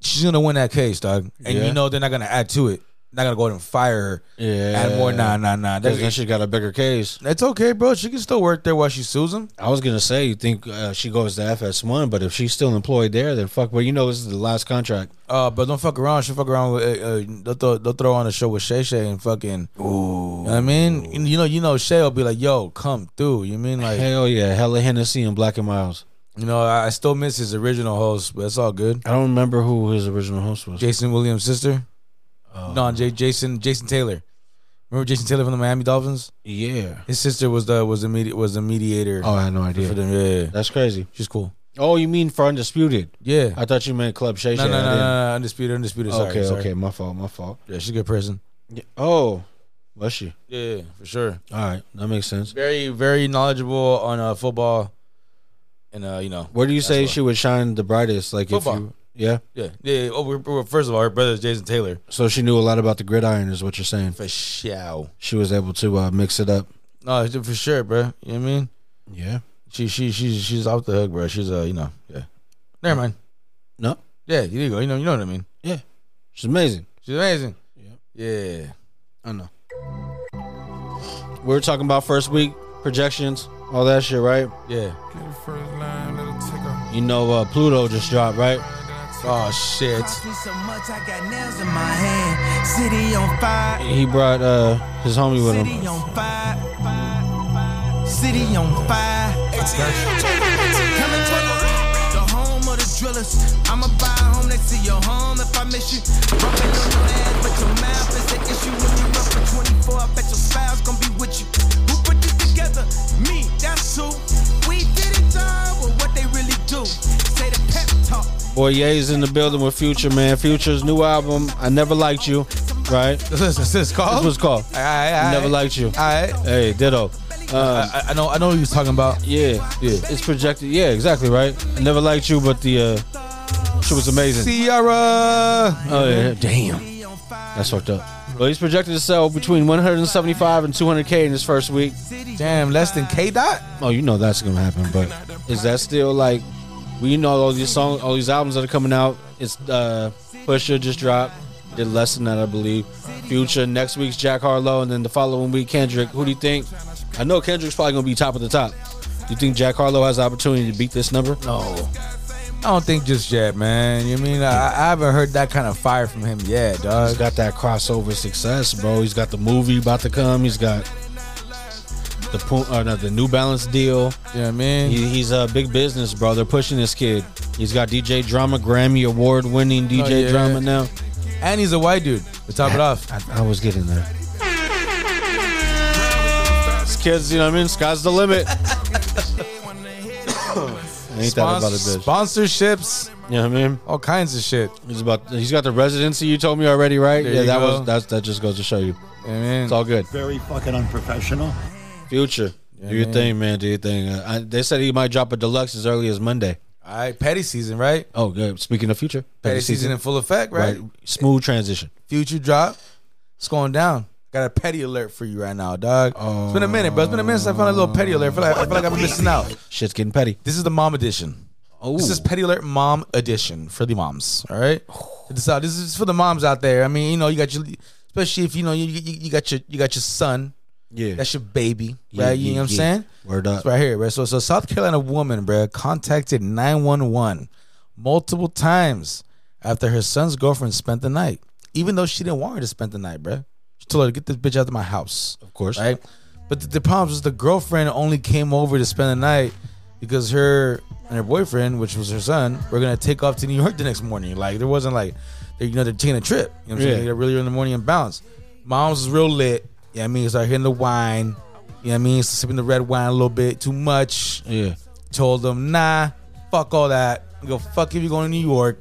she's gonna win that case, dog. And Yeah. you know they're not gonna add to it. Not gonna go ahead and fire her. Yeah. Add more. Nah, nah, nah. Because then That's, she got a bigger case. that's okay, bro. She can still work there while she sues him. I was gonna say, you think uh, she goes to FS1, but if she's still employed there, then fuck. Well, you know, this is the last contract. Uh, but don't fuck around. She fuck around. With, uh, uh, they'll, throw, they'll throw on a show with Shay Shay and fucking. Ooh. I mean, You- you know, you know, Shay will be like, "Yo, come through." You mean like, Hell yeah, hella Hennessy and Black and Miles. you know, I, I still miss his original host, but it's all good. I don't remember who his original host was. Jason Williams' sister. Oh. No, J- Jason Jason Taylor. Remember Jason Taylor from the Miami Dolphins? Yeah. His sister was the was the medi- was the mediator Oh, I had no for idea. them. Yeah, yeah, yeah. That's crazy. she's cool. Oh, you mean for Undisputed? Yeah. I thought you meant Club Shay no, Shay. no, I no, no, didn't. no, undisputed, undisputed. Sorry, Oh, okay, sorry. okay, my fault, my fault. Yeah, she's a good person. Yeah. Oh, was she? Yeah, for sure. All right, that makes sense. very very knowledgeable on uh, football, and uh, you know, Where do you say why. she would shine the brightest? Like Football. if you, yeah. yeah, yeah. Oh, we're, we're- first of all, her brother's Jason Taylor So she knew a lot about the gridiron, is what you're saying. for sure. She was able to uh, mix it up. No, it's for sure, bro. You know what I mean? Yeah. She she she's she's off the hook, bro. She's uh, you know, yeah. Never mind. No. Yeah, there you go. You know, you know what I mean. Yeah. She's amazing. She's amazing. Yeah. I know. We were talking about first week projections, all that shit, right? Yeah. You know, uh, Pluto just dropped, right? Oh shit. Cost me so much, I got nails in my hand. City on fire, He brought uh, his homie with him. city on fire, city on fire. Coming to the- the home of the drillers. I'ma buy a home next to your home if I miss you. Rubbing on your ass, but your mouth is the issue. When you run for 24, I bet your spouse gonna be with you. Who put this together? Me, that's who. We did it all, but what they really do. Say the pep talk. Boy, Ye's in the building with Future, man. Future's new album, I Never Liked You, right? This This is this is called. was called I, I Never Liked You. I, Hey, ditto. Um, I I know I know what you was talking about. yeah, yeah, it's projected. Yeah, exactly, right? I Never Liked You, but the uh, shit was amazing. Sierra. Oh yeah, damn. That's fucked up. Well, he's projected to sell between 175 and 200k in his first week. Damn, less than K dot. Oh, you know that's gonna happen, but is that still like we know all these songs, all these albums that are coming out? It's uh, Pusha just dropped, did less than that, I believe. Future next week's Jack Harlow, and then the following week Kendrick. Who do you think? I know Kendrick's probably gonna be top of the top. Do you think Jack Harlow has the opportunity to beat this number? No. I don't think just yet, man. You mean I, I haven't heard that kind of fire from him yet, dog. He's got that crossover success, bro. He's got the movie about to come. He's got the Pu- uh, no, the New Balance deal. You know what I mean? He, he's a big business, bro. They're pushing this kid. He's got DJ Drama, Grammy award winning DJ Oh, yeah. Drama now. and he's a white dude. To top it off, I, I was getting there. This kid's, you know what I mean? Sky's the limit. Ain't that about a Spons- bitch? sponsorships, You know what I mean? all kinds of shit. He's about. He's got the residency you told me already, right? There yeah, you that go. was that's that just goes to show you. You know what I mean? It's all good. Very fucking unprofessional. Future, do your man. thing, man. Do your thing. Uh, I, they said he might drop a deluxe as early as Monday. all right, petty season, right? Oh, good. Speaking of future, Petty, season, in full effect, right? Smooth transition. Future drop, it's going down. Got a petty alert for you right now, dog. it's been a minute, bro. It's been a minute since I found a little petty alert. I feel like, I feel like I've been missing out. Shit's getting petty. This is the mom edition. Oh, This is Petty Alert Mom Edition for the moms. All right, Check this out. This is for the moms out there. I mean, you know, you got your, especially if you know you, you, you got your you got your son. yeah. That's your baby, Yeah, right? you yeah, know what I'm yeah. saying? Word up. It's right here, bro. So, so South Carolina woman, bro, contacted 911 multiple times after her son's girlfriend spent the night, even though she didn't want her to spend the night, bro. She told her to get this bitch out of my house, Of course. right? But the, the problem was the girlfriend only came over to spend the night because her and her boyfriend, which was her son, were gonna take off to New York the next morning. Like there wasn't like, they, you know, they're taking a trip. You know what I'm Yeah. saying? They got really early in the morning and bounce. Mom's is real lit. Yeah, you know what I mean, start hitting the wine. You know what I mean? Sipping the red wine a little bit too much. Yeah. Told them, nah, fuck all that. I go, fuck if you're going to New York.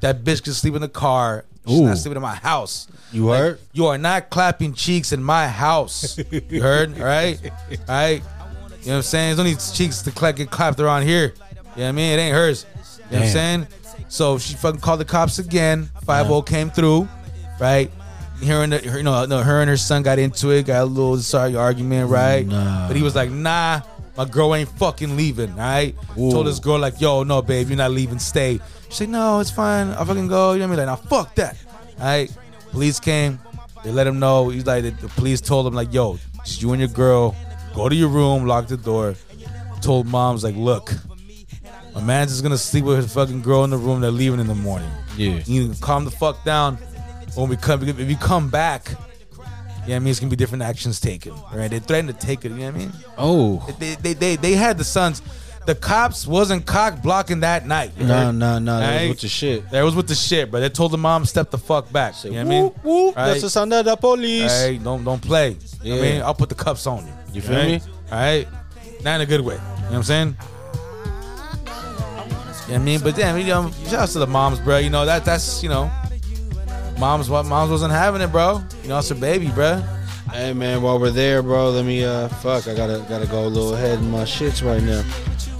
That bitch can sleep in the car. She's Ooh. not sleeping in my house. You heard? You are not clapping cheeks in my house. You heard? All right? All right? You know what I'm saying? There's only cheeks to cla- get clapped around here. You know what I mean? It ain't hers. You know what I'm saying? So she fucking called the cops again. 5 0 came through, right? Her and the, her, you know, no, her and her son got into it, got a little sorry argument, right? Nah. But he was like, nah, my girl ain't fucking leaving, all right? Told this girl, like, yo, no, babe, you're not leaving, stay. She's like, no, it's fine, I'll fucking go. You know what I mean? Like, nah, fuck that, all right? Police came, they let him know. He's like, the, the police told him, like, yo, just you and your girl, go to your room, lock the door. Told mom's, like, look, my man's just gonna sleep with his fucking girl in the room, they're leaving in the morning. Yeah. You need to calm the fuck down. When we come, if you come back, you know what I mean? It's gonna be different actions taken, right? They threatened to take it, you know what I mean? Oh. They, they, they, they had the sons. The cops wasn't cock blocking that night. you No, heard? no, no. That was Right? with the shit. That was with the shit, bro. They told the mom step the fuck back. Say, you know what I mean? whoop, whoop. Right. That's the sound of the police. Hey, don't don't play. You know what I Yeah. mean, I'll put the cuffs on you. You feel right? me? All right, not in a good way. You know what I'm saying? Yeah, I mean, but damn, you know, shout out to the moms, bro. You know that that's you know, moms what moms wasn't having it, bro. You know, it's her baby, bro. Hey man, while we're there, bro, let me uh fuck, I gotta gotta go a little ahead in my shits right now.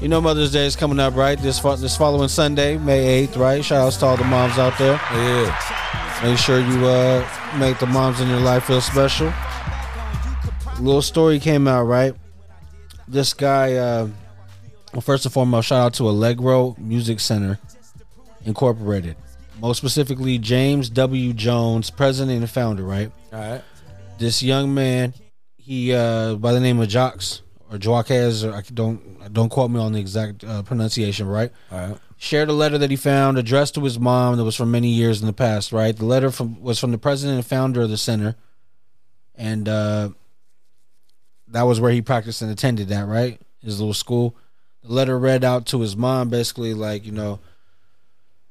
You know Mother's Day is coming up, right? This fo- this following Sunday, May 8th, right? Shout outs to all the moms out there. Yeah, Make sure you uh make the moms in your life feel special. Little story came out, right? This guy, uh well, first and foremost, shout out to Allegro Music Center Incorporated. Most specifically, James W. Jones, president and founder, right? all right. this young man, he uh, by the name of Jocks or Joaquez, or I don't don't quote me on the exact uh, pronunciation, right? Alright. Shared a letter that he found addressed to his mom that was from many years in the past, right? The letter from was from the president and founder of the center, and uh, that was where he practiced and attended that, right? His little school. The letter read out to his mom, basically like you know.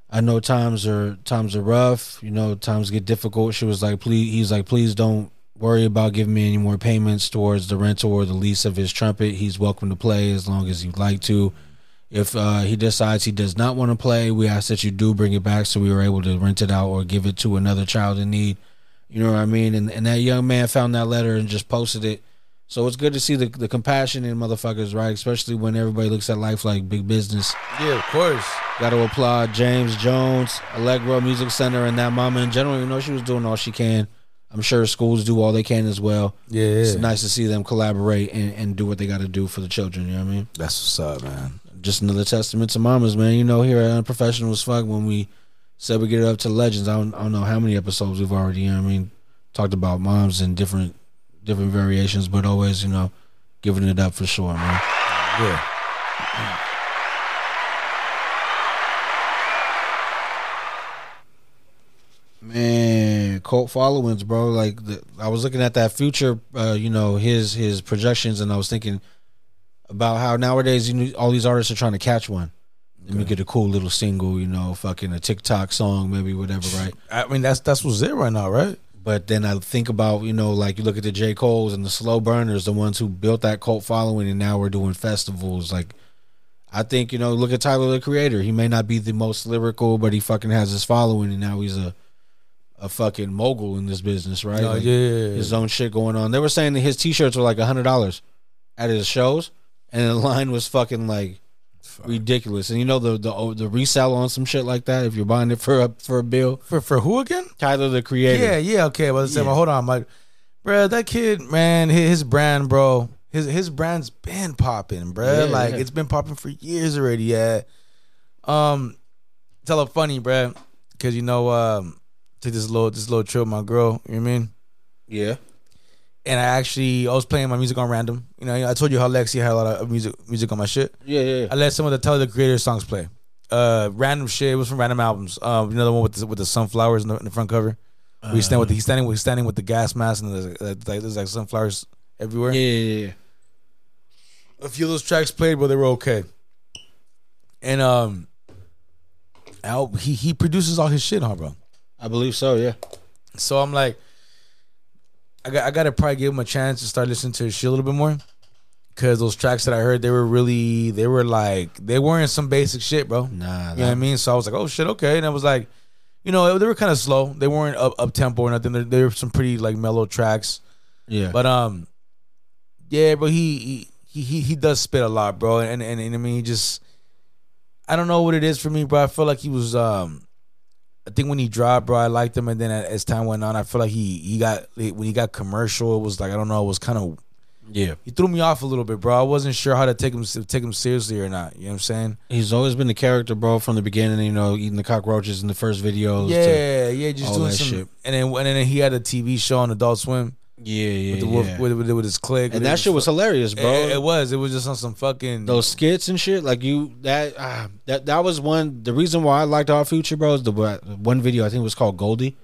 I know times are times are rough. You know, times get difficult. She was like, please. He's like, please don't worry about giving me any more payments towards the rental or the lease of his trumpet. He's welcome to play as long as he'd like to. If uh, he decides he does not want to play, we ask that you do bring it back so we were able to rent it out or give it to another child in need. You know what I mean? And and that young man found that letter and just posted it. So it's good to see the, the compassion in motherfuckers, right? Especially when everybody looks at life like big business. Yeah, of course. Got to applaud James Jones, Allegro Music Center, and that mama in general. You know, she was doing all she can. I'm sure schools do all they can as well. Yeah, It's nice to see them collaborate and, and do what they got to do for the children. You know what I mean? that's what's up, man. Just another testament to mamas, man. You know, here at Unprofessional as Fuck, when we said we get it up to legends, I don't, I don't know how many episodes we've already, you know what I mean, talked about moms and different different variations, but always, you know, giving it up for sure, man. Yeah. cult followings, bro. Like the, I was looking at that future, uh, you know, his his projections, and I was thinking about how nowadays you know, all these artists are trying to catch one. Let me get a cool little single, you know, fucking a TikTok song, maybe whatever, right? I mean, that's that's what's there right now, right? But then I think about, you know, like you look at the J. Cole's and the slow burners, the ones who built that cult following, and now we're doing festivals. Like, I think, you know, look at Tyler the Creator. He may not be the most lyrical, but he fucking has his following, and now he's a a fucking mogul in this business, right? No, Like, yeah, yeah, yeah. His own shit going on. They were saying that his t shirts were like $100 at his shows, and the line was fucking like, Ridiculous, and you know the oh, the the resell on some shit like that. If you're buying it for a for a bill, For for who again? Tyler the Creator, Yeah, yeah, okay. But yeah. hold on, Mike. Bro, that kid, man, hi- his brand, bro. His his brand's been popping, bro. Yeah, like yeah. it's been popping for years already. Yeah. Um, tell her funny, bro, because you know, um, took this little this little trip, with my girl. You know what I mean? yeah. And I actually I was playing my music on random. You know, I told you how Lexi had a lot of music music on my shit. Yeah, yeah, I let some of the Tyler the Creator songs play. Uh, random shit. It was from random albums. Um, you know the one with the, with the sunflowers in the, in the front cover. Where he's standing with the, he's standing he's standing with the gas mask and there's like, like, there's like sunflowers everywhere. yeah, yeah, yeah. A few of those tracks played, but they were okay. And um, Al, he he produces all his shit, huh, bro? I believe so. Yeah, So I'm like, I got I gotta probably give him a chance to start listening to his shit a little bit more, because those tracks that I heard, they were really they were like they weren't some basic shit, bro. Nah, you that- know what I mean. So I was like, oh shit, okay, and I was like, you know, they were kind of slow. They weren't up up tempo or nothing. They, they were some pretty like mellow tracks, yeah. but um, yeah, but he he- he he, he does spit a lot, bro, and, and and I mean he just. I don't know what it is for me, bro. I feel like he was um I think when he dropped, bro, I liked him, and then as time went on, I feel like he he got like, when he got commercial, it was like I don't know, it was kind of yeah, he threw me off a little bit, bro. I wasn't sure how to take him take him seriously or not. You know what I'm saying? he's always been the character, bro, from the beginning. You know, eating the cockroaches in the first videos. to- Yeah, yeah, just all doing that some, shit. and then and then he had a TV show on Adult Swim yeah, yeah, with the yeah. wolf with, Eh, with, with his clique, and that shit was hilarious, bro. It, it was it was just on some fucking Those skits and shit, like you that ah, that that was one. The reason why I liked our future, bro, is the one video I think it was called Goldie.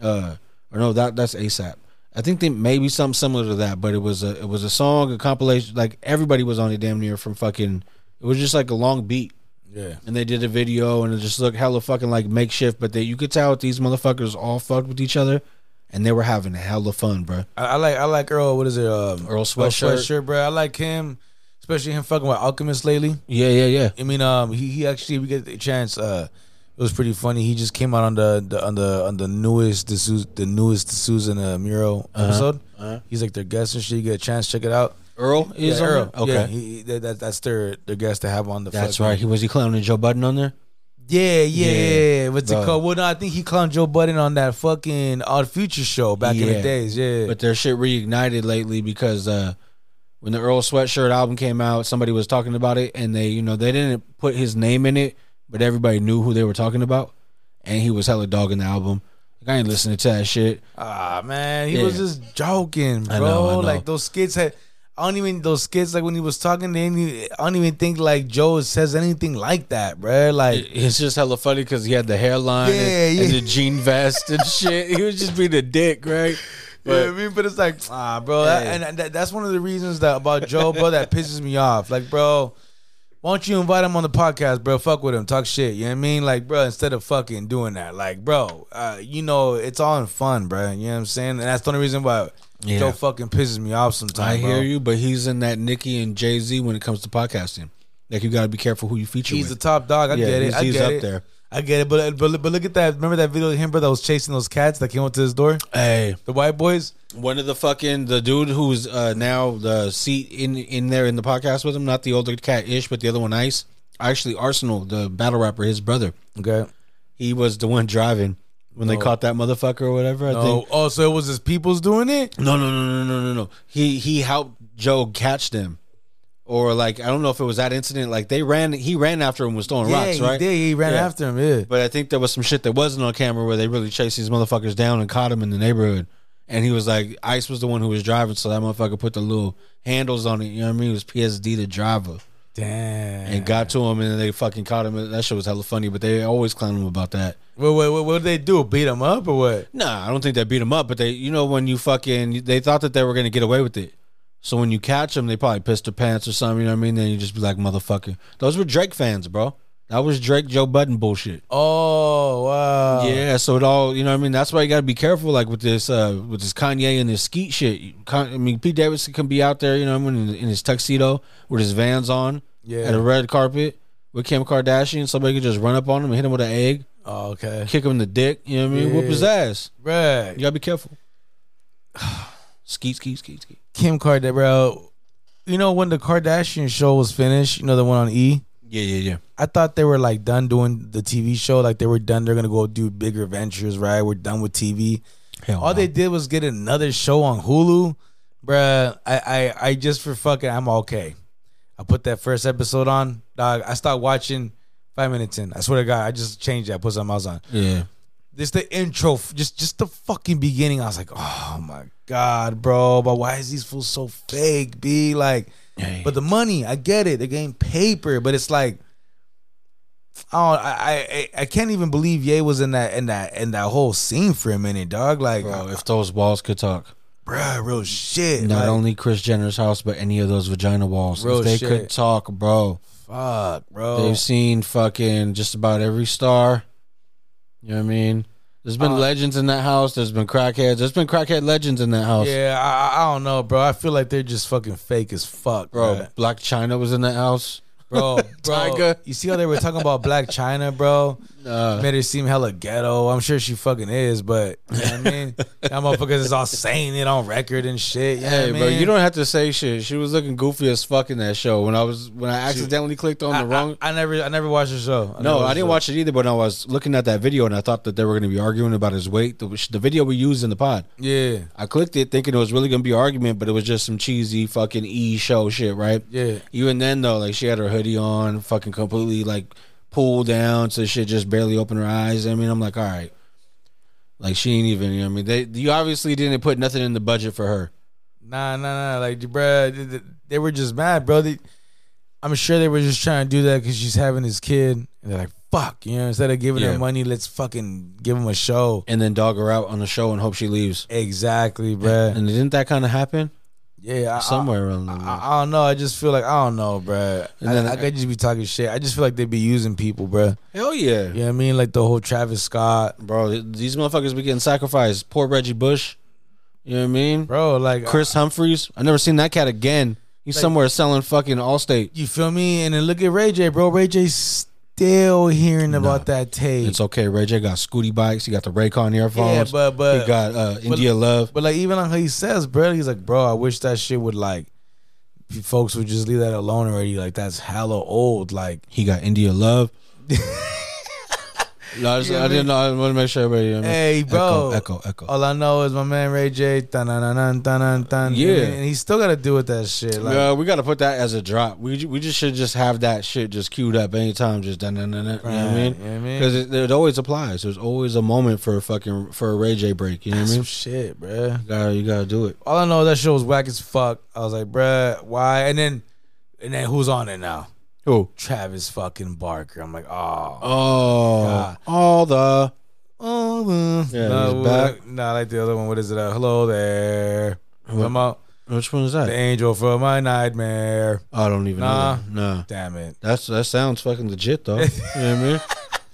Uh, or no, that that's ASAP. I think they maybe something similar to that, but it was a it was a song, a compilation. Like everybody was on it, damn near from fucking. It was just like a long beat. yeah. and they did a video and it just looked hella fucking like makeshift, but they you could tell these motherfuckers all fucked with each other and they were having hella fun, bro. I, I like I like Earl. What is it? Um, Earl Sweatshirt. bro. I like him, especially him fucking with Alchemist lately. Yeah, yeah, yeah. I mean, um, he, he actually we get the chance. Uh, it was pretty funny. He just came out on the, the on the on the newest D'Souza, the newest D'Souza and uh, Muro Uh-huh. episode. He's like their guest and shit. You get a chance, check it out. Earl is yeah, on Earl. there? Okay. Yeah, he, he- that, that, that's their their guest to have on the. That's fucking- right. He was he clowning Joe Budden on there? Yeah, yeah, Yeah, yeah. What's bro. it called? Well, no, I think he clowned Joe Budden on that fucking Odd Future show back in Yeah. the days. Yeah, But their shit reignited lately because uh when the Earl Sweatshirt album came out, somebody was talking about it and they, you know, they didn't put his name in it, but everybody knew who they were talking about. And he was hella dogging the album. Like, I ain't listening to that shit. Ah man, he Yeah. was just joking, bro. I know, I know. Like those skits had. I don't even those skits like when he was talking. They didn't, I don't even think like Joe says anything like that, bro. Like It's just hella funny because he had the hairline and, Yeah, and yeah. the jean vest and shit. He was just being a dick, right? you know But what I mean, but it's like ah, bro. that- Hey. and that, that's one of the reasons that about Joe, bro, that pisses me off. Like, bro, why don't you invite him on the podcast, bro? Fuck with him, talk shit. You know what I mean? Like, bro, instead of fucking doing that, like, bro, uh, you know, it's all in fun, bro. You know what I'm saying? And that's the only reason why Yeah. Joe fucking pisses me off sometimes. I bro. hear you, but he's in that Nicki and Jay Z when it comes to podcasting. Like you got to be careful who you feature He's the with. top dog. I Yeah, get it. he's- I he's get up it. there. I get it. But, but but look at that. Remember that video of him, bro, that was chasing those cats that came up to his door? hey, The white boys? one of the fucking the dude who's uh, now the seat in in there in the podcast with him, not the older cat Ish, but the other one Ice. Actually, Arsenal, the battle rapper, his brother, Okay. he was the one driving when they caught that motherfucker or whatever. I think Oh, oh, so it was his peoples doing it? No, no, no, no, no, no, no. He he helped Joe catch them, or like I don't know if it was that incident. Like they ran, he ran after him and was throwing yeah, rocks, he right? did. He ran Yeah. after him, yeah. But I think there was some shit that wasn't on camera where they really chased these motherfuckers down and caught him in the neighborhood. And he was like, Ice was the one who was driving, so that motherfucker put the little handles on it. You know what I mean? It was PSD the driver. Damn. and got to him, and then they fucking caught him. That shit was hella funny, but they always clown him about that. Wait, wait, wait, what did they do? Beat him up or what? Nah, I don't think they beat him up, but they, you know, when you fucking, they thought that they were gonna get away with it. So when you catch them, they probably pissed their pants or something. You know what I mean? Then you just be like, motherfucker. Those were Drake fans, bro. That was Drake Joe Budden bullshit. Oh wow. Yeah, so it all you know. what I mean, that's why you got to be careful, like with this, uh with this Kanye and this Skeet shit. Con- I mean, Pete Davidson can be out there, you know, what I mean, in, in his tuxedo with his Vans on, Yeah. at a red carpet with Kim Kardashian. Somebody could just run up on him and hit him with an egg, Oh, okay. kick him in the dick. You know what I mean? Whoop his ass. Bruh. You gotta be careful. Skeet, skeet, skeet, skeet. Kim Kardashian, bro. You know when the Kardashian show was finished, you know the one on E. Yeah, yeah, yeah. I thought they were like done doing the TV show, like they were done. They're gonna go do bigger ventures, right? We're done with TV. Hell All no. they did was get another show on Hulu, bruh. I, I, I just for fucking, I'm okay. I put that first episode on, dog. I stopped watching five minutes in. I swear to God, I just changed it. I put something else on. yeah. Just the intro, f- just just the fucking beginning. I was like, oh my god, bro. But why is these fools so fake? Be like, Hey. but the money, I get it. They're getting paper, but it's like, oh, I I I can't even believe Ye was in that in that in that whole scene for a minute, dog. Like, Bro, bruh, if those walls could talk, real shit. not like, only Chris Jenner's house, but any of those vagina walls, Real if they shit. could talk, bro. fuck, bro. They've seen fucking just about every star. You know what I mean? There's Uh, been legends in that house. There's been crackheads. There's been crackhead legends in that house. yeah, I, I I don't know, bro. I feel like they're just fucking fake as fuck, Bro, bruh. Black China was in that house. Bro, bro, Tiger. you see how they were talking about Black China, bro? Uh, Made her seem hella ghetto. I'm sure she fucking is, but you know what I mean, that motherfuckers is all saying it on record and shit. You know hey, what I bro, mean? you don't have to say shit. She was looking goofy as fuck in that show when I was when I accidentally clicked on the wrong. I, I never, I never watched the show. no, never I watched the didn't show. watch it either. But I was looking at that video and I thought that they were going to be arguing about his weight, the, which- the video we used in the pod. Yeah, I clicked it thinking it was really gonna be an argument, but it was just some cheesy fucking e show shit, right? Yeah. Even then though, like she had her hoodie on, fucking completely like pulled down, so shit just barely opened her eyes. I mean, I'm like, all right, like she ain't even. You know what I mean, they you obviously didn't put nothing in the budget for her. nah, nah, nah. Like, bro, they were just mad, bro. They, I'm sure they were just trying to do that because she's having his kid, and they're like, "Fuck," you know. Instead of giving Yeah. her money, let's fucking give him a show. And then dog her out on the show and hope she leaves. Exactly, bro. And didn't that kind of happen Yeah, I, somewhere. somewhere around? The I, I don't know. I just feel like I don't know, bro. And then I, I could just be talking shit. I just feel like they be using people, bro. Hell yeah, You know what I mean? Like the whole Travis Scott, bro. th- These motherfuckers be getting sacrificed. Poor Reggie Bush. You know what I mean? bro. Like Chris Humphreys. I never seen that cat again. He's somewhere selling fucking Allstate. You feel me? And then look at Ray J, bro. Ray J still hearing about that tape. It's okay. Ray J got Scooty bikes. He got the Raycon earphones. Yeah, but- but- he got uh, India Love. but like even on how he says, bro, he's like, bro, I wish that shit would like you folks would just leave that alone already. Like that's hella old. Like He got India Love. no, I, just, I didn't know. I want to make sure everybody. you know what I mean? Hey, bro. Echo, echo, echo. all I know is my man Ray J. dun-dun-dun-dun, dun-dun-dun. Yeah. and he still got to deal with that shit. Like, Yeah, we got to put that as a drop. We ju- we just should just have that shit just queued up anytime. Just dun dun dun. dun, You know what I Right, mean? you know what I mean? Because it, it always applies. There's always a moment for a fucking for a Ray J break. You know what I some mean? shit, bro. You gotta, you gotta do it. All I know is that show was whack as fuck. I was like, bruh, why? And then, and then who's on it now? Who? Travis fucking Barker. I'm like, oh. Oh, God. all the Oh, Yeah, no, he's back. No, I like the other one. What is it? Uh, hello there. Come out. which one is that? The angel from my nightmare. I don't even Nah. know. that. Nah, Damn it. that's that sounds fucking legit though. you know what I mean?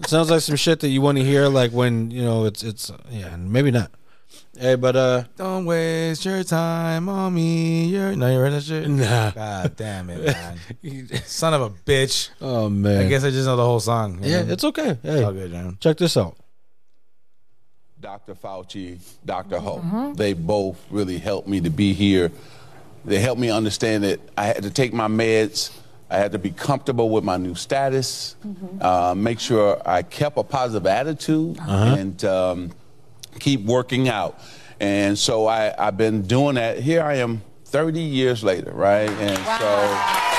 It sounds like some shit that you want to hear, like when you know it's it's yeah, maybe not. Hey, but uh, Don't waste your time on me. You're no, you heard that shit. Nah. God damn it, man. Son of a bitch. oh man, I guess I just know the whole song. you yeah, know? it's okay. Hey, all good, man. check this out. Dr. Fauci, Dr. Ho. They both really helped me to be here. They helped me understand that I had to take my meds. I had to be comfortable with my new status, uh, make sure I kept a positive attitude, and um, keep working out. And so I, I've been doing that. Here I am 30 years later, right? And so.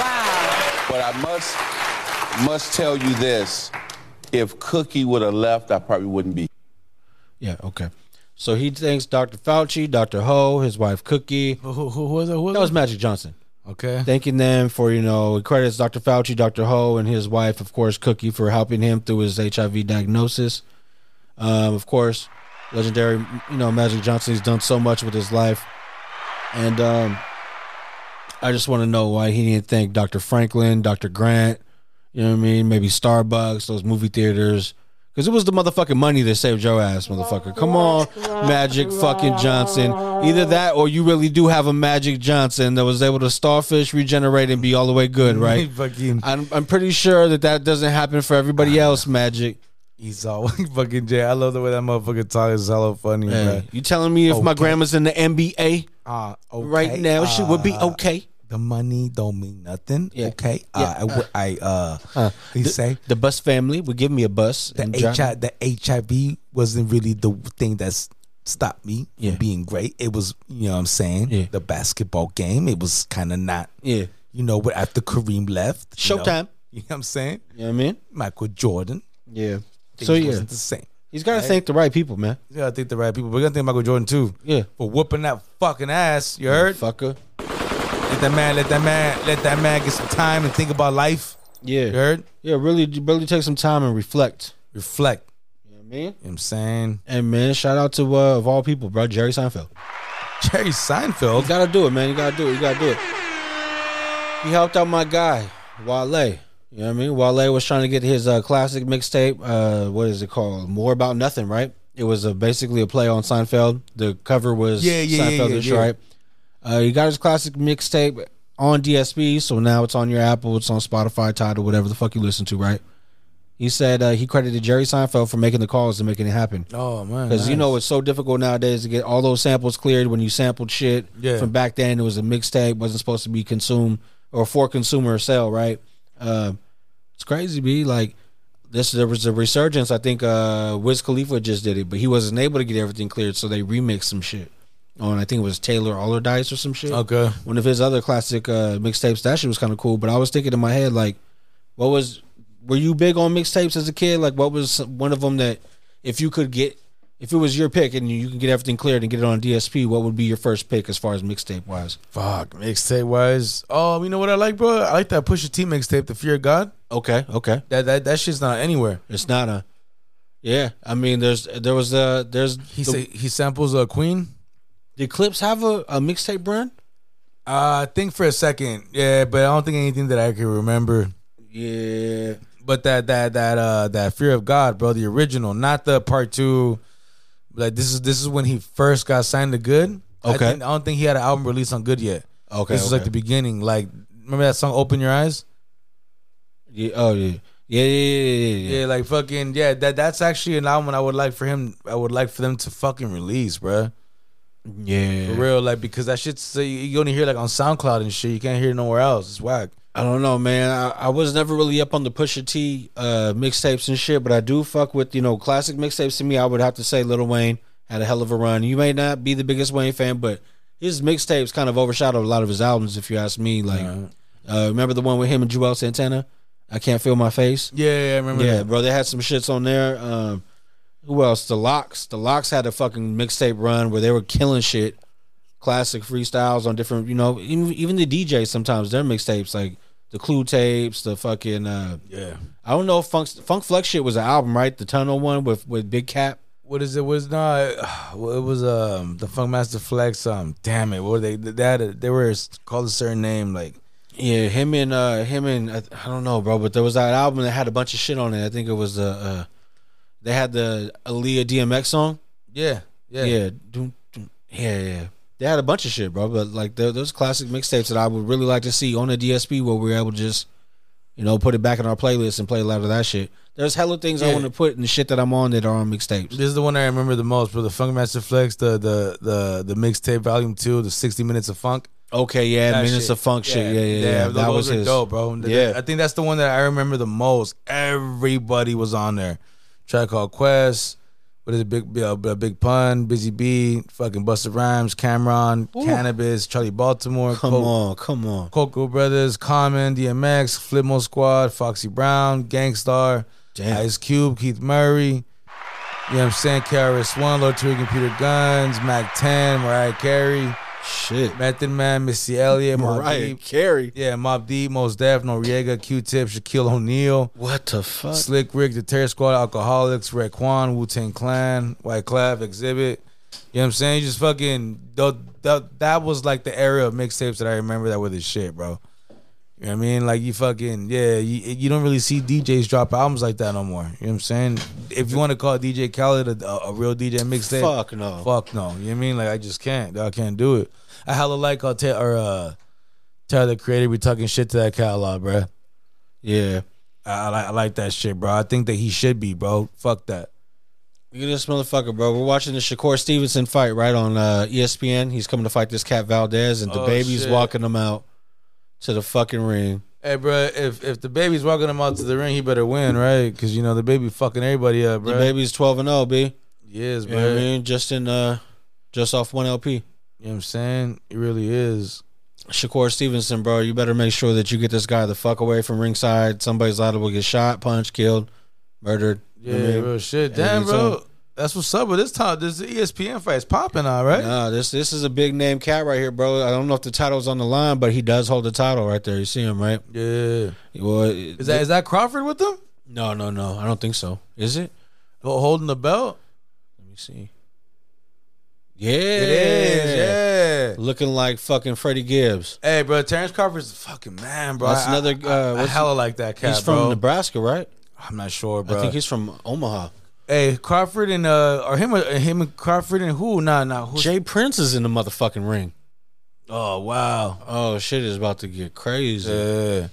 But I must must tell you this: if Cookie would have left, I probably wouldn't be. Yeah, okay. So he thanks Dr. Fauci, Dr. Ho, his wife Cookie. Who, who, who was it? Who was That was it? Magic Johnson. Okay. Thanking them for, you know, it credits Dr. Fauci, Dr. Ho, and his wife, of course, Cookie, for helping him through his HIV diagnosis. Um, of course, legendary, you know, Magic Johnson has done so much with his life. And um, I just want to know why he didn't thank Dr. Franklin, Dr. Grant, you know what I mean? Maybe Starbucks, those movie theaters. Because it was the motherfucking money that saved your ass, motherfucker. Come on, Magic fucking Johnson. Either that or you really do have a Magic Johnson that was able to starfish, regenerate, and be all the way good, right? fucking, I'm, I'm pretty sure that that doesn't happen for everybody else, Magic. he's all fucking Jay. I love the way that motherfucker talks. It's hella funny, Hey, bro. you telling me if my Okay. grandma's in the NBA Uh, okay, right now, she would be uh, okay? The money don't mean nothing. Yeah. Okay. Yeah. Uh, I w- I, uh, he The- say The bus family would give me a bus. the and drive- HIV, the HIV wasn't really the thing that's stopped me Yeah. from being great. It was, you know what I'm saying? Yeah. The basketball game. It was kind of not, Yeah. you know, what after Kareem left. you know? Showtime. You know what I'm saying? You know what I mean? Michael Jordan. Yeah. things So, yeah. wasn't the same. He's got to thank the right people, man. Yeah, I think the right people. We're gonna think Michael Jordan too. Yeah. For whooping that fucking ass. You heard? Fucker. Let that man, let that man, let that man get some time and think about life. You Yeah. heard? Yeah, really, really take some time and reflect. Reflect. You know what I mean? You know what I'm saying? And, man, shout out to, uh, of all people, bro, Jerry Seinfeld. Jerry You Seinfeld. gotta do it, man. You gotta do it. You gotta do it. He helped out my guy, Wale. You know what I mean? Wale was trying to get his uh, classic mixtape. Uh, what is it called? More About Nothing, right? It was uh, basically a play on Seinfeld. The cover was Yeah, yeah, yeah, Seinfeld yeah, ish, yeah. right? Uh, he got his classic mixtape on DSP, so now it's on your Apple, it's on Spotify, Tidal, whatever the fuck you listen to, right? He said uh, he credited Jerry Seinfeld for making the calls and making it happen. Oh man. Because you nice. know it's so difficult nowadays to get all those samples cleared when you sampled shit Yeah. from back then. It was a mixtape, wasn't supposed to be consumed or for consumer sale, right? Uh, it's crazy, b. Like this, there was a resurgence. I think uh, Wiz Khalifa just did it, but he wasn't able to get everything cleared, so they remixed some shit on. I think it was Taylor Allardyce or some shit. Okay. One of his other classic uh, mixtapes. That shit was kind of cool. But I was thinking in my head, like, what was? Were you big on mixtapes as a kid? Like, what was one of them that if you could get, if it was your pick and you can get everything cleared and get it on DSP, what would be your first pick as far as mixtape wise? Fuck. Mixtape wise. Oh, you know what I like, bro? I like that Pusha T mixtape, The Fear of God. Okay, okay, That that that shit's not anywhere. it's not a. Yeah, I mean, there's there was a there's He the, say he samples a uh, Queen. the clips have a, a mixtape brand. Uh, I think for a second, yeah, but I don't think anything that I can remember. Yeah, But that that that uh that fear of God, bro, the original, not the part two. Like this is this is when he first got signed to Good. I, Okay. think- I don't think he had an album release on Good yet. Okay, this is like okay. the beginning. Like remember that song "Open Your Eyes"? yeah, oh yeah, yeah, yeah, yeah, yeah, yeah. Yeah, like fucking yeah. That that's actually an album I would like for him. I would like for them to fucking release, bro. yeah. For real, like because that shit's so you, you only hear like on SoundCloud and shit. You can't hear it nowhere else. It's whack. I don't know, man. I, I was never really up on the Pusha T uh, mixtapes and shit, but I do fuck with you know classic mixtapes. To me, I would have to say Lil Wayne had a hell of a run. You may not be the biggest Wayne fan, but his mixtapes kind of overshadowed a lot of his albums, if you ask me. Like, uh, remember the one with him and Joel Santana? I can't feel my face. Yeah, yeah, I remember. Yeah, that. bro, they had some shits on there. Um, who else? The Locks. The Locks had a fucking mixtape run where they were killing shit, classic freestyles on different. You know, even, even the DJs sometimes their mixtapes like the Clue tapes, the fucking. Uh, yeah. I don't know if Funk Funk Flex shit was an album, right? The Tunnel one with with Big Cap. what is it? Was not well, it was um the Funkmaster Flex. Um, damn it, what were they? They had a, they were called a certain name. Like Yeah, him and uh him and I, I don't know, bro, but there was that album that had a bunch of shit on it. I think it was uh, uh they had the Aaliyah DMX song. yeah, yeah, Yeah, doom, doom. yeah, yeah. They had a bunch of shit, bro. But like there, those classic mixtapes that I would really like to see on the DSP, where we're able to just, you know, put it back in our playlist and play a lot of that shit. There's hella things I Yeah. want to put in the shit that I'm on that are on mixtapes. This is the one I remember the most, bro. The Funkmaster Flex, the the the the mixtape volume two, the sixty minutes of funk. Okay, yeah, That minutes shit. of funk shit. Yeah, yeah, yeah. those, that was are his. dope, bro. Th- Yeah. I think that's the one that I remember the most. Everybody was on there. Track called Quest. What is it? Big uh, uh, Big Pun, Busy Bee, fucking Busta Rhymes, Cameron, Cannabis, Charlie Baltimore, Come Coke- on, come on. Coco Brothers, Common, DMX, Flipmo Squad, Foxy Brown, Gangstar, Damn. Ice Cube, Keith Murray. You know what I'm saying? KRS One, Lord Tariq and Peter Guns, Mac 10, Mariah Carey, Shit. Method Man, Missy Elliott, Mobb Mariah Deep. Carey. Yeah, Mob Deep, Mos Def, Noriega, Q-Tip, Shaquille O'Neal, What the fuck? Slick Rick, The Terror Squad, Alcoholics, Red Quan, Wu-Tang Clan, White Clav, Exhibit. You know what I'm saying? Just fucking, tho- tho- that was like the era of mixtapes that I remember that were the shit, bro. You know what I mean? Like you fucking yeah, you, you don't really see DJs drop albums like that no more. You know what I'm saying? If you want to call DJ Khaled a, a, a real DJ mixtape, Fuck no. fuck no. You know what I mean? Like I just can't. I can't do it. I hella like how Ta- or uh, Tyler the Creator be talking shit to that catalog, bro. Yeah. I, I, like, I like that shit, bro. I think that he should be, bro. Fuck that. Look at this motherfucker, bro. We're watching the Shakur Stevenson fight right on uh, ESPN. He's coming to fight this cat Valdez, and the Oh, baby's shit. walking him out to the fucking ring. Hey, bro, if if the baby's walking him out to the ring, he better win, right? Because you know the baby fucking everybody up, bro. The baby's twelve and zero, b. yes, You bro. know what I mean? Just in, uh, just off one LP. You know what I'm saying? It really is. Shakur Stevenson, bro, you better make sure that you get this guy the fuck away from ringside. Somebody's liable to get shot, punched, killed, murdered. You Yeah, know what I mean? real shit. Every Damn, bro. time. That's what's up with this time. This E ESPN fight is popping out, right? Nah, this this is a big name cat right here, bro. I don't know if the title's on the line, but he does hold the title right there. You see him, right? Yeah. Well, it- Is that is that Crawford with them? no, no, no. I don't think so. Is it? Ho- Holding the belt? Let me see. Yeah, it It is. Yeah. Looking like fucking Freddie Gibbs. Hey, bro, Terrence Crawford's a fucking man, bro. That's I- another, I- uh, I, I what's- hella like that cat, he's from bro. Nebraska, right? I'm not sure, bro. I think he's from Omaha. hey, Crawford and uh, or him, uh, him and Crawford and who? Nah, nah. Who? Jay Prince is in the motherfucking ring. Oh wow. Oh shit is about to get crazy. Yeah.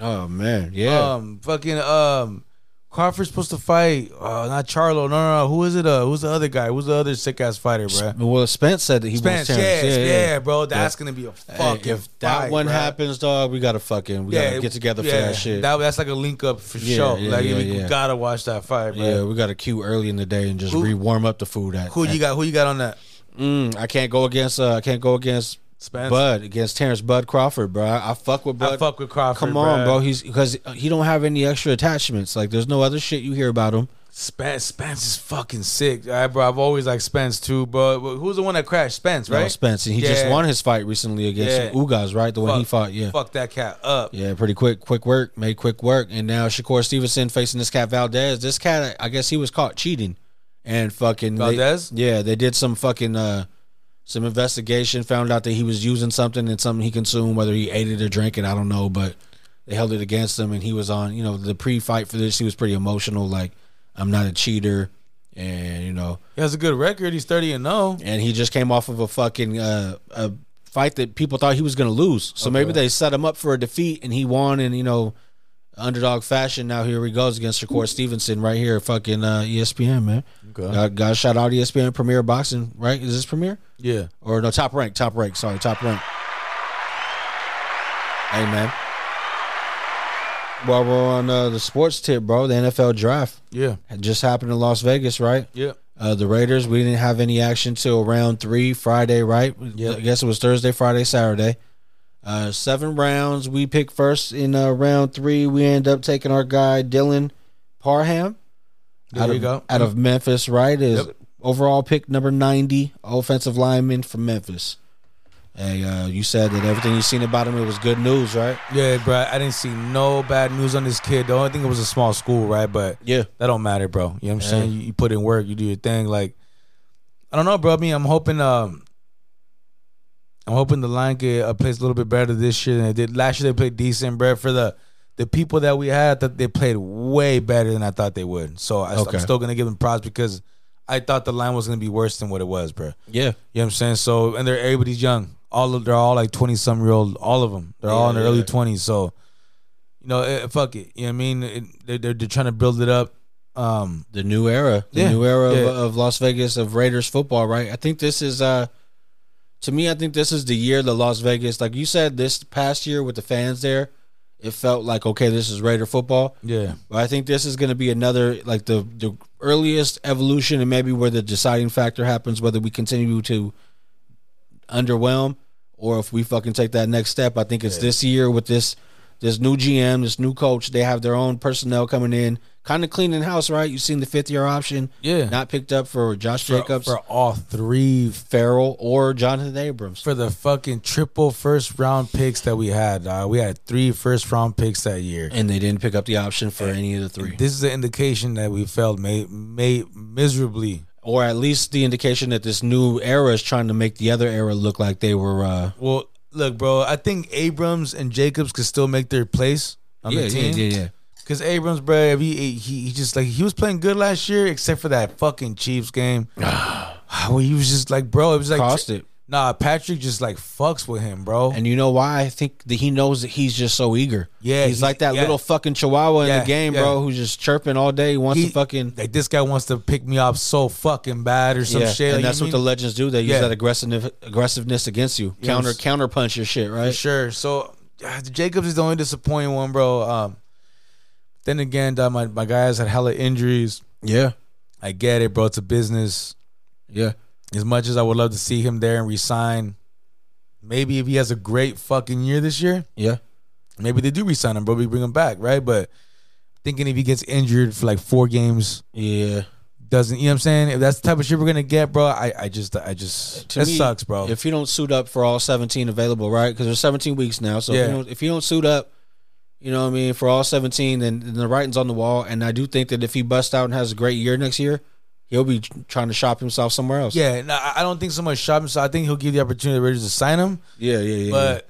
Oh man, yeah. Um, fucking um, Crawford's supposed to fight. Uh, not Charlo. No, no, no. Who is it? Uh, who's the other guy? Who's the other sick ass fighter, bro? well, Spence said that he Spence, wants yes, Terrence. yeah, bro. That's gonna be a Hey, fucking. if that fight, one bro. happens, dog, we gotta fucking we gotta get together for yeah, that shit. That, that's like a link up for Yeah, sure. yeah, like yeah, we yeah. gotta watch that fight, bro. yeah, we gotta queue early in the day and just Who- re warm up the food. At Who you got? Who you got on that? at- Mm, I can't go against. Uh, I can't go against Spence. Bud against Terrence Bud Crawford, bro. I, I fuck with Bud. I fuck with Crawford. Come on, bro. bro. He's because he don't have any extra attachments. Like there's no other shit you hear about him. Spence, Spence is fucking sick. All right, bro. I've always liked Spence too, bro. Who's the one that crashed? Spence, Right? right? Spence, and he just Yeah. won his fight recently against Yeah. Ugas, right? The one he fought, yeah. Fuck that cat up. Yeah, pretty quick, quick work, made quick work, and now Shakur Stevenson facing this cat Valdez. This cat, I guess he was caught cheating, and fucking they- Valdez? yeah, they did some fucking uh, some investigation, found out that he was using something and something he consumed, whether he ate it or drank it, I don't know, but they held it against him, and he was on, you know, the pre-fight for this, he was pretty emotional, like I'm not a cheater, and you know, He has a good record. He's thirty and oh. zero. and he just came off of a fucking uh, a fight that people thought he was going to lose. So maybe they set him up for a defeat, and he won. And you know, underdog fashion. Now here he goes against Shakur Stevenson right here, fucking uh, ESPN man. Okay. Got, got shout out E ESPN Premier Boxing, right? Is this Premier Yeah. or no Top Rank? Top Rank, sorry, Top Rank. Hey man. While we're on uh, the sports tip, bro, the NFL draft Yeah. had just happened in Las Vegas, right? Yeah. Uh, the Raiders, we didn't have any action till round three Friday, right? Yep. I guess it was Thursday, Friday, Saturday. Uh, seven rounds. We picked first in uh, round three. We end up taking our guy Dylan Parham There out you of, go. out of Memphis, right? Is Yep. overall pick number ninety, offensive lineman from Memphis. Hey, uh, you said that everything you seen about him, it was good news, right? Yeah, bro. I didn't see no bad news on this kid. The only thing it was a small school, right? But Yeah. that don't matter, bro. You know what I'm Yeah. saying? You, you put in work, you do your thing. Like, I don't know, bro. I mean, I'm hoping, um, I'm hoping the line get uh, plays a little bit better this year than it did last year. They played decent, bro. For the the people that we had, I thought they played way better than I thought they would. So I, Okay. am still gonna give them props because I thought the line was gonna be worse than what it was, bro. Yeah, You know what I'm saying? So and they're everybody's young. All of they're all like twenty some year old. All of them. They're all in their Yeah, yeah. early twenties. So you know, eh, fuck it. You know what I mean? It, they're, they're they're trying to build it up. Um, the new era, the Yeah, new era yeah. of, of Las Vegas of Raiders football, right? I think this is uh to me, I think this is the year the Las Vegas, like you said, this past year with the fans there, it felt like okay, this is Raider football. yeah, But I think this is going to be another like the the earliest evolution and maybe where the deciding factor happens whether we continue to underwhelm or if we fucking take that next step. I think it's this year with this This new GM, this new coach, they have their own personnel coming in, kind of cleaning house, right? You've seen the fifth year option, Yeah. not picked up for Josh Jacobs, for all three Farrell, or Jonathan Abrams. for the fucking triple first round picks that we had. dawg. we had three first round picks that year. and they didn't pick up the option for any of the three, This is an indication that we failed ma- ma- miserably. or at least the indication that this new era is trying to make the other era look like they were. Uh, Well, look, bro, I think Abrams and Jacobs could still make their place on yeah, the yeah, team. yeah, yeah. Cause Abrams, bro, if he, he he just like he was playing good last year, except for that fucking Chiefs game, where he was just like, bro, it was like, Cost it. nah, Patrick just like fucks with him, bro. And you know why? I think that he knows that he's just so eager. Yeah, he's, he's- like that yeah. little fucking chihuahua in Yeah, the game, yeah. bro, who's just chirping all day. Wants he to fucking like this guy wants to pick me up so fucking bad or some yeah. shit. and that's what the legends do. They use Yeah. that aggressive aggressiveness against you, counter counter punch your shit, the right? sure. So ah, Jacobs is the only disappointing one, bro. Um, then again, dawg, my my guys had hella injuries. Yeah, I get it, bro. It's a business. yeah. As much as I would love to see him there and resign, maybe if he has a great fucking year this year, Yeah. maybe they do resign him, bro. We bring him back, right? But thinking if he gets injured for like four games, Yeah. doesn't you know what I'm saying? If that's the type of shit we're gonna get, bro, I, I just I just To that me, sucks, bro. If you don't suit up for all 17 available, right? Because there's 17 weeks now. So Yeah. if, you don't, if you don't suit up, you know what I mean, for all 17, then, then the writing's on the wall. And I do think that if he busts out and has a great year next year, he'll be trying to shop himself somewhere else. yeah, no, I I don't think so much shop him, so I think he'll give the opportunity to Raiders to sign him. Yeah, yeah, yeah. But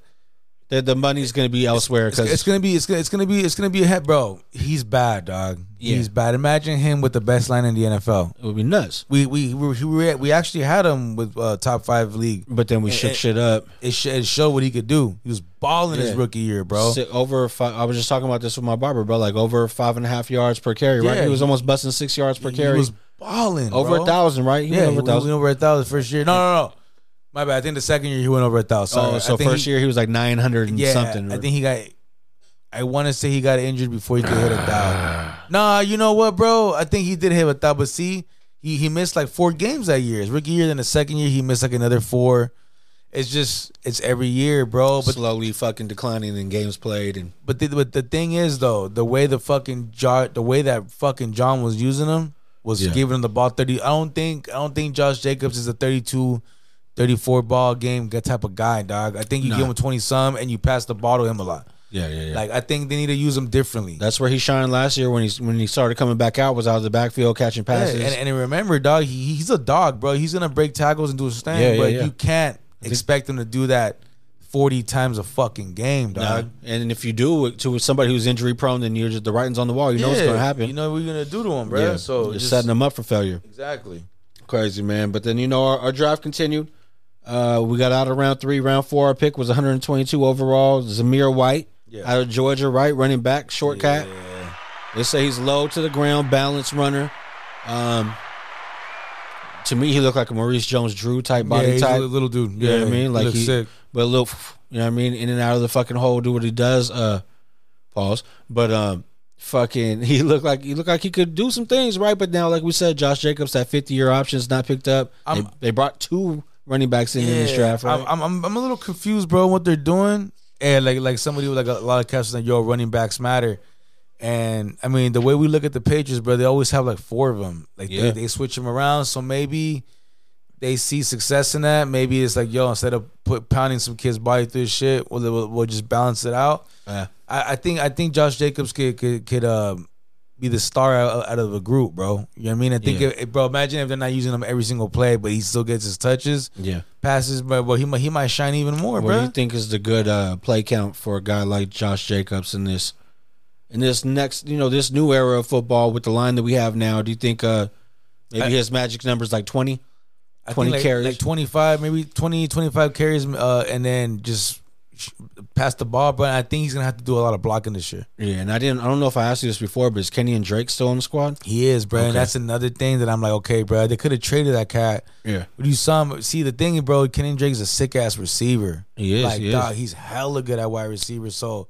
the, the money's going to be elsewhere it's, it's because gonna be it's gonna it's gonna be it's gonna be a head, bro. He's bad, dog. Yeah. He's bad. Imagine him with the best line in the NFL. it would be nuts. We we we, we, we actually had him with uh, top five league. But then we shook shit up. It, sh- it showed what he could do. He was balling his Yeah. rookie year, bro. Si- over five, I was just talking about this with my barber, bro. Like over five and a half yards per carry, right? Yeah. He was almost busting six yards per He carry. was balling over bro. a thousand, right? He Yeah, went over a he thousand. went over a thousand first year. No, no, no. My bad. I think the second year he went over a thousand. Sorry. oh, so I think first he- year he was like 900 and yeah, something. I think he got. I want to say he got injured before he could hit a thousand. Nah, you know what, bro? I think he did hit a thousand, but see, he he missed like four games that year. His rookie year, then the second year he missed like another four. It's just it's every year, bro. But slowly fucking declining in games played and But the, but the thing is though, the way the fucking John, the way that fucking John was using him was Yeah. giving him the ball 30. I don't think I don't think Josh Jacobs is a 32 34 ball game g- type of guy, dog. I think you Nah. give him 20 some and you pass the ball to him a lot. yeah, yeah, yeah. Like I think they need to use him differently. that's where he shined last year when he when he started coming back out was out of the backfield catching Yeah, passes. and, and remember, dog, he, he's a dog, bro. He's gonna break tackles and do his thing, Yeah, yeah, but yeah. you can't expect him to do that 40 times a fucking game, Nah. dog. And if you do it to somebody who's injury prone, then you're just the writing's on the wall. You know what's Yeah, going to happen. You know what we're gonna do to him, bro. yeah, So you're just- setting them up for failure. exactly. Crazy man. But then you know our, our drive continued. Uh, we got out of round three. Round four, our pick was 122 overall. Zamir White Yeah. out of Georgia, right, running back, short cat. They say he's low to the ground, balance runner. Um, to me, he looked like a Maurice Jones-Drew type body yeah, he's type. a little dude. You Yeah, know what I mean? Like looks he, sick. but a little, you know what I mean? In and out of the fucking hole, do what he does. Uh, pause. But um, fucking, he looked like he looked like he could do some things, right? But now, like we said, Josh Jacobs that fifty year option is not picked up. They, I'm- they brought two running backs in, in this draft, right? I'm, I'm, I'm, I'm a little confused, bro. What they're doing, and like like somebody with like a lot of captions like, "Yo, running backs matter." And I mean, the way we look at the Patriots, bro, they always have like four of them. Like Yeah. they, they switch them around, so maybe they see success in that. Maybe it's like, yo, instead of put pounding some kid's body through his shit, we'll, we'll, we'll just balance it out. Yeah. I, I think I think Josh Jacobs could could, could um, be the star out, out of a group, bro. You know what I mean? I think, Yeah. if, bro, imagine if they're not using him every single play, but he still gets his touches yeah. passes, bro. Well, he might he might shine even more, What bro. do you think is the good uh, play count for a guy like Josh Jacobs in this in this next, you know, this new era of football with the line that we have now? Do you think uh, maybe his magic number is like twenty? I 20 think like, carries. like 25, maybe 20, 25 carries, uh, and then just sh- pass the ball. But I think he's gonna have to do a lot of blocking this year. Yeah, and I didn't. I don't know if I asked you this before, but is Kenny and Drake still on the squad? He is, bro. Okay. And that's another thing that I'm like, okay, bro. They could have traded that cat. Yeah, But you saw him. See the thing, bro. Kenny Drake's a sick ass receiver. He is, Like, he is. dog, he's hella good at wide receiver. So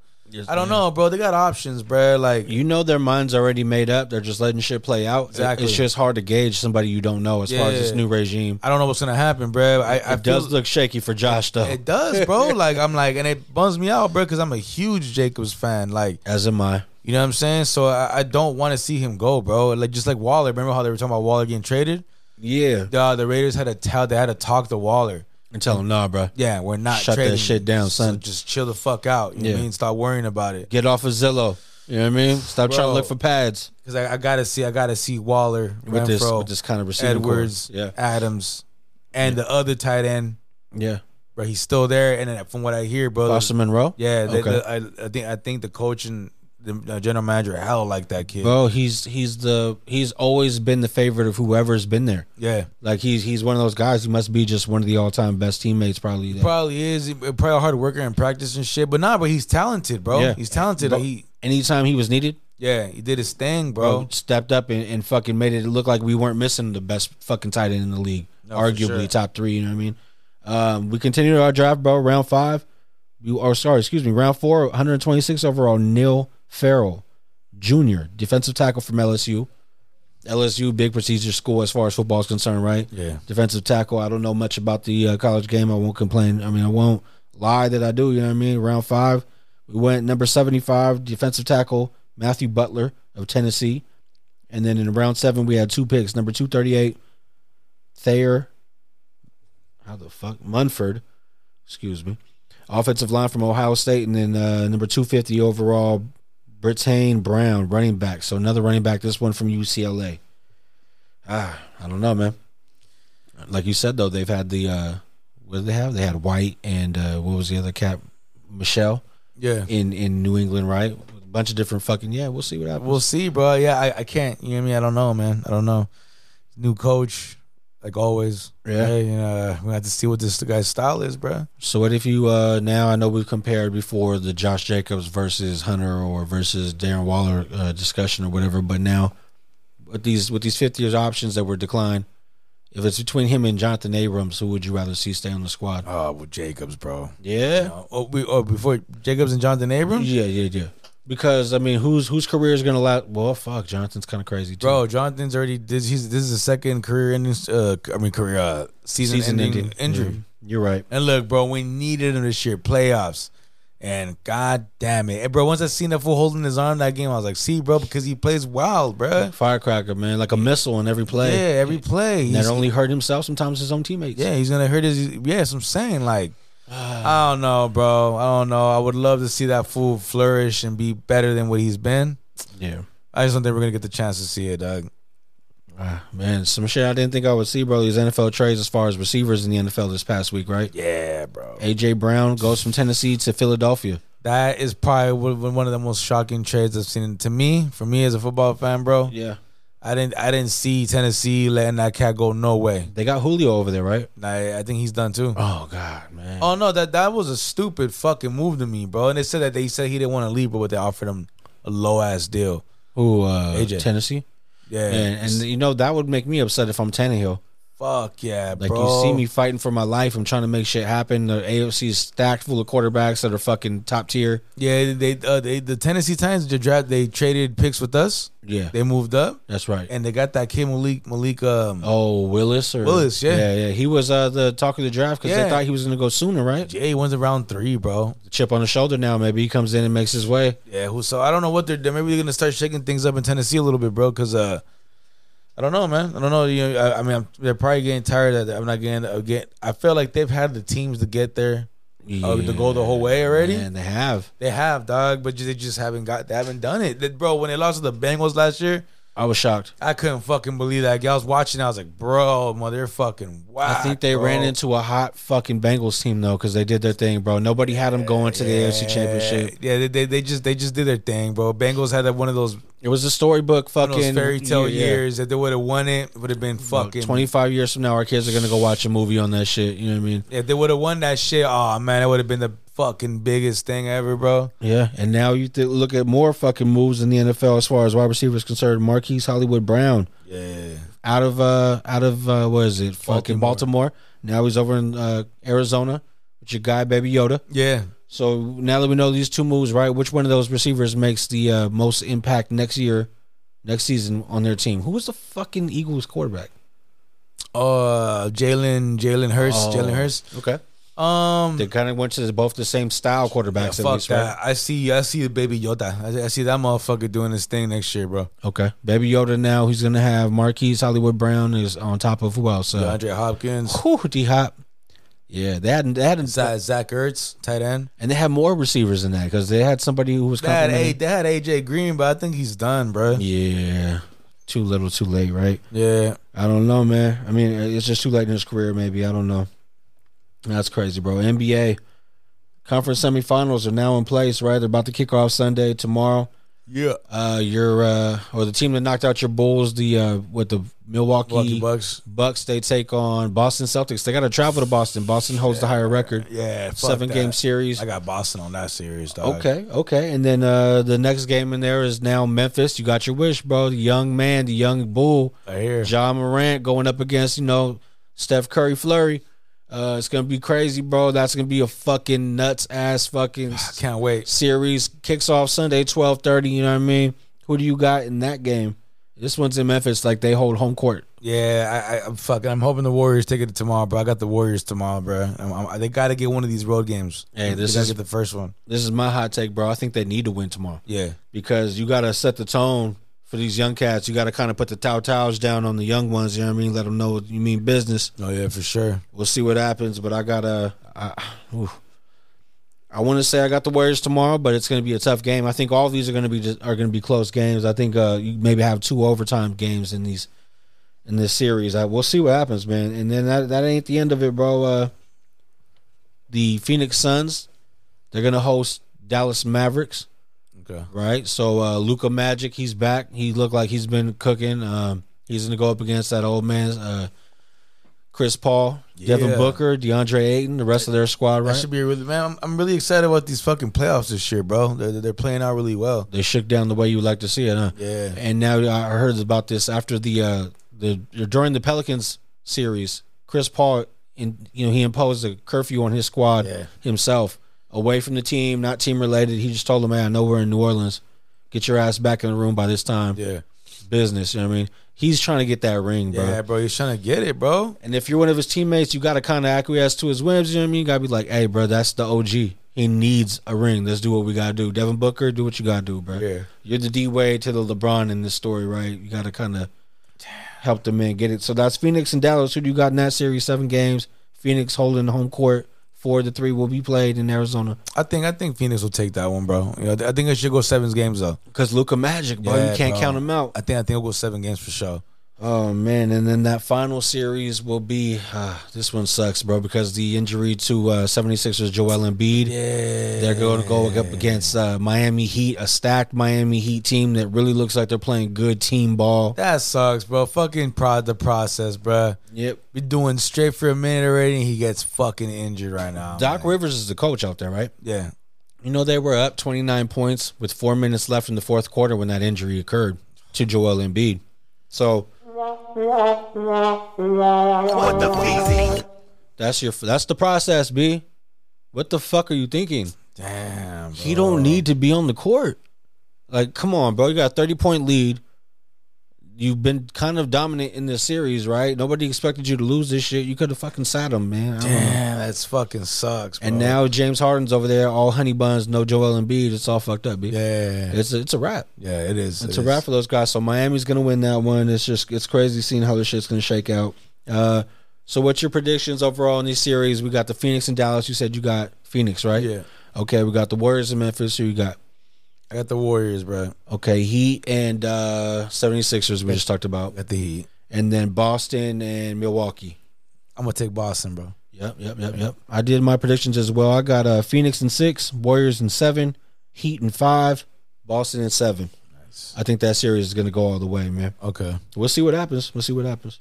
I don't know, bro. They got options, bro. Like you know, their minds already made up. They're just letting shit play out. It- Exactly. It's just hard to gauge somebody you don't know as far as Yeah. this new regime. I don't know what's gonna happen, bro. I, I it does feel- look shaky for Josh though. It does, bro. like I'm like, and it bums me out, bro, because I'm a huge Jacobs fan. Like, as am I. you know what I'm saying? So I, I don't want to see him go, bro. Like just like Waller. Remember how they were talking about Waller getting traded? Yeah. The, the Raiders had to tell they had to talk to Waller. And tell him, nah, bro. Yeah, we're not Shut that trading shit you. down, So son. just chill the fuck out. You know what Yeah. I mean? Stop worrying about it. Get off of Zillow. You know what I mean? Stop trying to Bro. look for pads. Because I, I gotta see, I gotta see Waller, With this- Renfro, with this kind of receiving Edwards, corps. Yeah. Adams, and the other tight end. Yeah. Bro, he's still there. And then from what I hear, bro, Foster Monroe? Uh, Yeah, they, Okay. they- I, I think I think the coach and the the general manager hell like that kid. Bro, he's he's the he's always been the favorite of whoever's been there. Yeah. Like he's he's one of those guys who must be just one of the all time best teammates probably. that- Probably is he- probably a hard worker in practice and shit, but nah, but he's talented, bro. Yeah. He's talented. Bro, he anytime he was needed, yeah, he did his thing, bro, bro. stepped up and, and fucking made it look like we weren't missing the best fucking tight end in the league. No, for arguably sure. top three, you know what I mean? Um, we continued our draft, bro, round five. We or sorry, excuse me, round four, 126 overall, Neil Farrell Jr., defensive tackle from LSU. LSU, big prestigious school as far as football is concerned, right? Yeah. Defensive tackle. I don't know much about the uh, college game. I won't complain. I mean, I won't lie that I do. You know what I mean? Round five, we went number 75, defensive tackle, Matthew Butler of Tennessee. And then in round seven, we had two picks number 238, Thayer. How the fuck? Munford. Excuse me. Offensive line from Ohio State. And then uh, number 250 overall, Brittain Brown, running back. So another running back, this one from UCLA. Ah, I don't know, man. Like you said, though, they've had the, uh, what did they have? They had White and uh, what was the other cap? Michelle Yeah. in, in New England, right? A bunch of different fucking, yeah, we'll see what happens. We'll see, bro. Yeah, I, I can't. You know what I mean? I don't know, man. I don't know. New coach, like always. Yeah. Hey, you know, we have to see what this guy's style is, bro. So what if you uh now I know we've compared before the Josh Jacobs versus Hunter or versus Darren Waller uh, discussion or whatever, but now with these with these fifth years options that were declined, if it's between him and Jonathan Abrams, who would you rather see stay on the squad? Oh, with Jacobs, bro. Yeah. Uh, oh, we, oh, before Jacobs and Jonathan Abrams, Yeah, yeah, yeah. Because I mean whose whose career is gonna last well fuck, Jonathan's kinda crazy too. bro. Jonathan's already. This, he's this is the second career ending. Uh, I mean, career uh, season, ending, injury. Yeah, Mm-hmm. You're right. And look, bro, we needed him this year, playoffs. And god damn it. And bro, once I seen that fool holding his arm that game, I was like, see, bro, because he plays wild, bro. Firecracker, man, like a missile in every Yeah, play. every play. Not He's, only hurt himself, sometimes his own teammates. yeah, he's gonna hurt his yes, I'm saying like I don't know, bro. I don't know. I would love to see that fool flourish and be better than what he's been. Yeah. I just don't think we're gonna get the chance to see it, dog. Ah, man, some shit I didn't think I would see, bro. These NFL trades as far as receivers in the NFL this past week, right? Yeah, bro. AJ Brown goes from Tennessee to Philadelphia. That is probably one one of the most shocking trades I've seen to me, for me as a football fan, bro. Yeah. I didn't I didn't see Tennessee letting that cat go no way. They got Julio over there, right? Nah, I, I think he's done too. Oh God, man. Oh no, that that was a stupid fucking move to me, bro. And they said that they said he didn't want to leave, but they offered him a low ass deal. Who uh AJ. Tennessee? Yeah, And, and you know, that would make me upset if I'm Tannehill. fuck yeah, Like bro. you see me fighting for my life. I'm trying to make shit happen. The AOC is stacked full of quarterbacks that are fucking top tier. Yeah, they uh, they the Tennessee Titans the draft they traded picks with us. Yeah. They moved up That's right. and they got that kid Malik Malik. Um, oh, Willis or Willis, yeah. Yeah, yeah. He was uh the talk of the draft because Yeah. they thought he was gonna go sooner, right? yeah, he wins around three, bro. Chip on the shoulder now, maybe he comes in and makes his way. Yeah, who? So I don't know what they're doing. Maybe they're gonna start shaking things up in Tennessee a little bit, bro. Because uh, I don't know, man. I don't know. You know, I, I mean, I'm, they're probably getting tired. Of that. I'm not getting again. I feel like they've had the teams to get there, uh, to go the whole way already. And they have. They have, dog, but ju- they just haven't got. They haven't done it, They- bro. When they lost to the Bengals last year, I was shocked. I couldn't fucking believe that. I was watching. I was like, bro, motherfucking wow. I think they ran into a hot fucking Bengals team though, because they did their thing, bro. Nobody had them going to the AFC Championship. Yeah, they, they, they just they just did their thing, bro. Bengals had that one of those It was a storybook one of those fucking fairy tale yeah, yeah. years that they would have won it, would have been fucking. Twenty five years from now, our kids are gonna go watch a movie on that shit. You know what I mean? If they would have won that shit, oh man, that would have been the fucking biggest thing ever, bro. Yeah. And now you th- look at more fucking moves in the NFL as far as wide receivers concerned. Marquise Hollywood Brown Yeah, out of uh out of uh what is it fucking Baltimore. Baltimore. Now he's over in uh, Arizona with your guy Baby Yoda. yeah. So now that we know these two moves, right? Which one of those receivers makes the uh, most impact next year, next season on their team? Who was the fucking Eagles quarterback? Uh, Jalen Jalen Hurst, Oh, Jalen Hurst. Okay. Um, They kind of went to both the same style quarterbacks at fuck least, that. right? I see, I see the baby Yoda. I, I see that motherfucker doing his thing next year, bro. Okay. Baby Yoda now, he's going to have Marquise Hollywood Brown is on top of who else? Uh, DeAndre Hopkins, whew, D-Hop. Yeah, they hadn't, they hadn't, Zach, Zach Ertz, tight end. and they had more receivers than that because they had somebody who was They had, complimenting- a, they had AJ Green, but I think he's done, bro. Yeah. Too little, too late, right? Yeah, I don't know, man. I mean, uh, it's just too late in his career, maybe. I don't know. That's crazy, bro. NBA conference semifinals are now in place, right? They're about to kick off Sunday tomorrow. yeah. Uh, your uh, or the team that knocked out your Bulls, the uh, what the Milwaukee, Milwaukee Bucks. Bucks, they take on Boston Celtics. They got to travel to Boston. Boston holds the higher record, Yeah, fuck seven that. game series. I got Boston on that series, dog. Okay, okay. And then uh the next game in there is now Memphis. You got your wish, bro. The young man, the young bull, I hear. John Morant going up against, you know, Steph Curry Flurry. Uh it's gonna be crazy, bro. That's gonna be a fucking nuts ass fucking I can't wait. series. Kicks off Sunday, twelve thirty, you know what I mean? Who do you got in that game? This one's in Memphis, like they hold home court. Yeah, I, I, I'm fucking. I'm hoping the Warriors take it tomorrow, bro. I got the Warriors tomorrow, bro. I'm, I'm, they got to get one of these road games. Hey, this they gotta is- get the first one. This is my hot take, bro. I think they need to win tomorrow. Yeah, because you got to set the tone for these young cats. You got to kind of put the tow tows down on the young ones. You know what I mean? Let them know you mean business. oh yeah, for sure. We'll see what happens. But I gotta, I, oof. I want to say I got the Warriors tomorrow, but it's going to be a tough game. I think all these are going to be just, are going to be close games. I think uh, you maybe have two overtime games in these in this series. I we'll see what happens, man. And then that that ain't the end of it, bro. Uh, the Phoenix Suns, they're going to host Dallas Mavericks Okay. right? So uh, Luca Magic, he's back. He looked like he's been cooking. Um, he's gonna go up against that old man, uh, Chris Paul, Devin Yeah. Booker, DeAndre Ayton, the rest of their squad, That right? should be a really man. I'm, I'm really excited about these fucking playoffs this year, bro. They're, they're playing out really well. they shook down the way you would like to see it, huh? Yeah. And now I heard about this after the uh, the during the Pelicans series, Chris Paul, in, you know, he imposed a curfew on his squad Yeah. himself, away from the team, not team related. He just told them, "Hey, I know we're in New Orleans. Get your ass back in the room by this time." Yeah, business. You know what I mean? He's trying to get that ring, bro. yeah, bro. He's trying to get it, bro. And if you're one of his teammates, you got to kind of acquiesce to his whims. You know what I mean? You got to be like, hey, bro, that's the OG. He needs a ring. Let's do what we got to do. Devin Booker, do what you got to do, bro. Yeah. You're the D Wade to the LeBron in this story, right? You got to kind of help the man get it. So that's Phoenix and Dallas. Who do you got in that series? Seven games. Phoenix holding the home court. Four to three will be played in Arizona I think I think Phoenix will take that one, bro. You know, I think it should go seven games though. because Luca Magic, bro, Yeah, you can't bro. count him out. I think I think it'll go seven games for sure. Oh man, and then that final series will be uh, this one sucks, bro, because the injury to uh, 76ers Joel Embiid. Yeah, They're going to go up against uh, Miami Heat, a stacked Miami Heat team that really looks like they're playing good team ball. That sucks, bro. Fucking prod the process, bro. Yep. Been doing straight for a minute already, and he gets fucking injured right now. Doc man. Rivers is the coach out there, right? yeah, You know, they were up 29 points with four minutes left in the fourth quarter when that injury occurred to Joel Embiid. So What the feezy? that's your that's the process, B. What the fuck are you thinking? damn. Bro. He don't need to be on the court. Like, come on, bro. You got a 30 point lead. You've been kind of dominant in this series, right? Nobody expected you to lose this shit. You could have fucking sat him, man. I don't know. Damn, that's fucking sucks. Bro. And now James Harden's over there, all honey buns, no Joel Embiid. It's all fucked up, B. yeah, It's a, it's a wrap. yeah, it is. It's it a is. wrap for those guys. So Miami's gonna win that one. It's just it's crazy seeing how this shit's gonna shake out. Uh, so what's your predictions overall in these series? We got the Phoenix and Dallas. You said you got Phoenix, right? Yeah. Okay, we got the Warriors in Memphis. Who you got? I got the Warriors, bro. Okay, Heat and uh 76ers we just talked about. I got the Heat. And then Boston and Milwaukee. I'm gonna take Boston, bro. Yep, yep, yep, yep. I did my predictions as well. I got uh Phoenix and 6, Warriors and 7, Heat and 5, Boston and 7. I think that series is going to go all the way, man. Okay. We'll see what happens. We'll see what happens.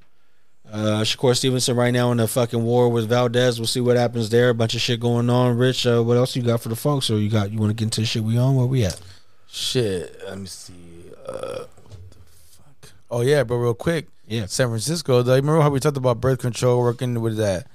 Uh Shakur Stevenson right now in a fucking war with Valdez. We'll see what happens there. A bunch of shit going on. Rich, uh, what else you got for the folks? Or you got you want to get into the shit we on? Where we at? Shit. Let me see. Uh, what the fuck? Oh yeah, bro. Real quick. Yeah. San Francisco. Like, remember how we talked about birth control working with that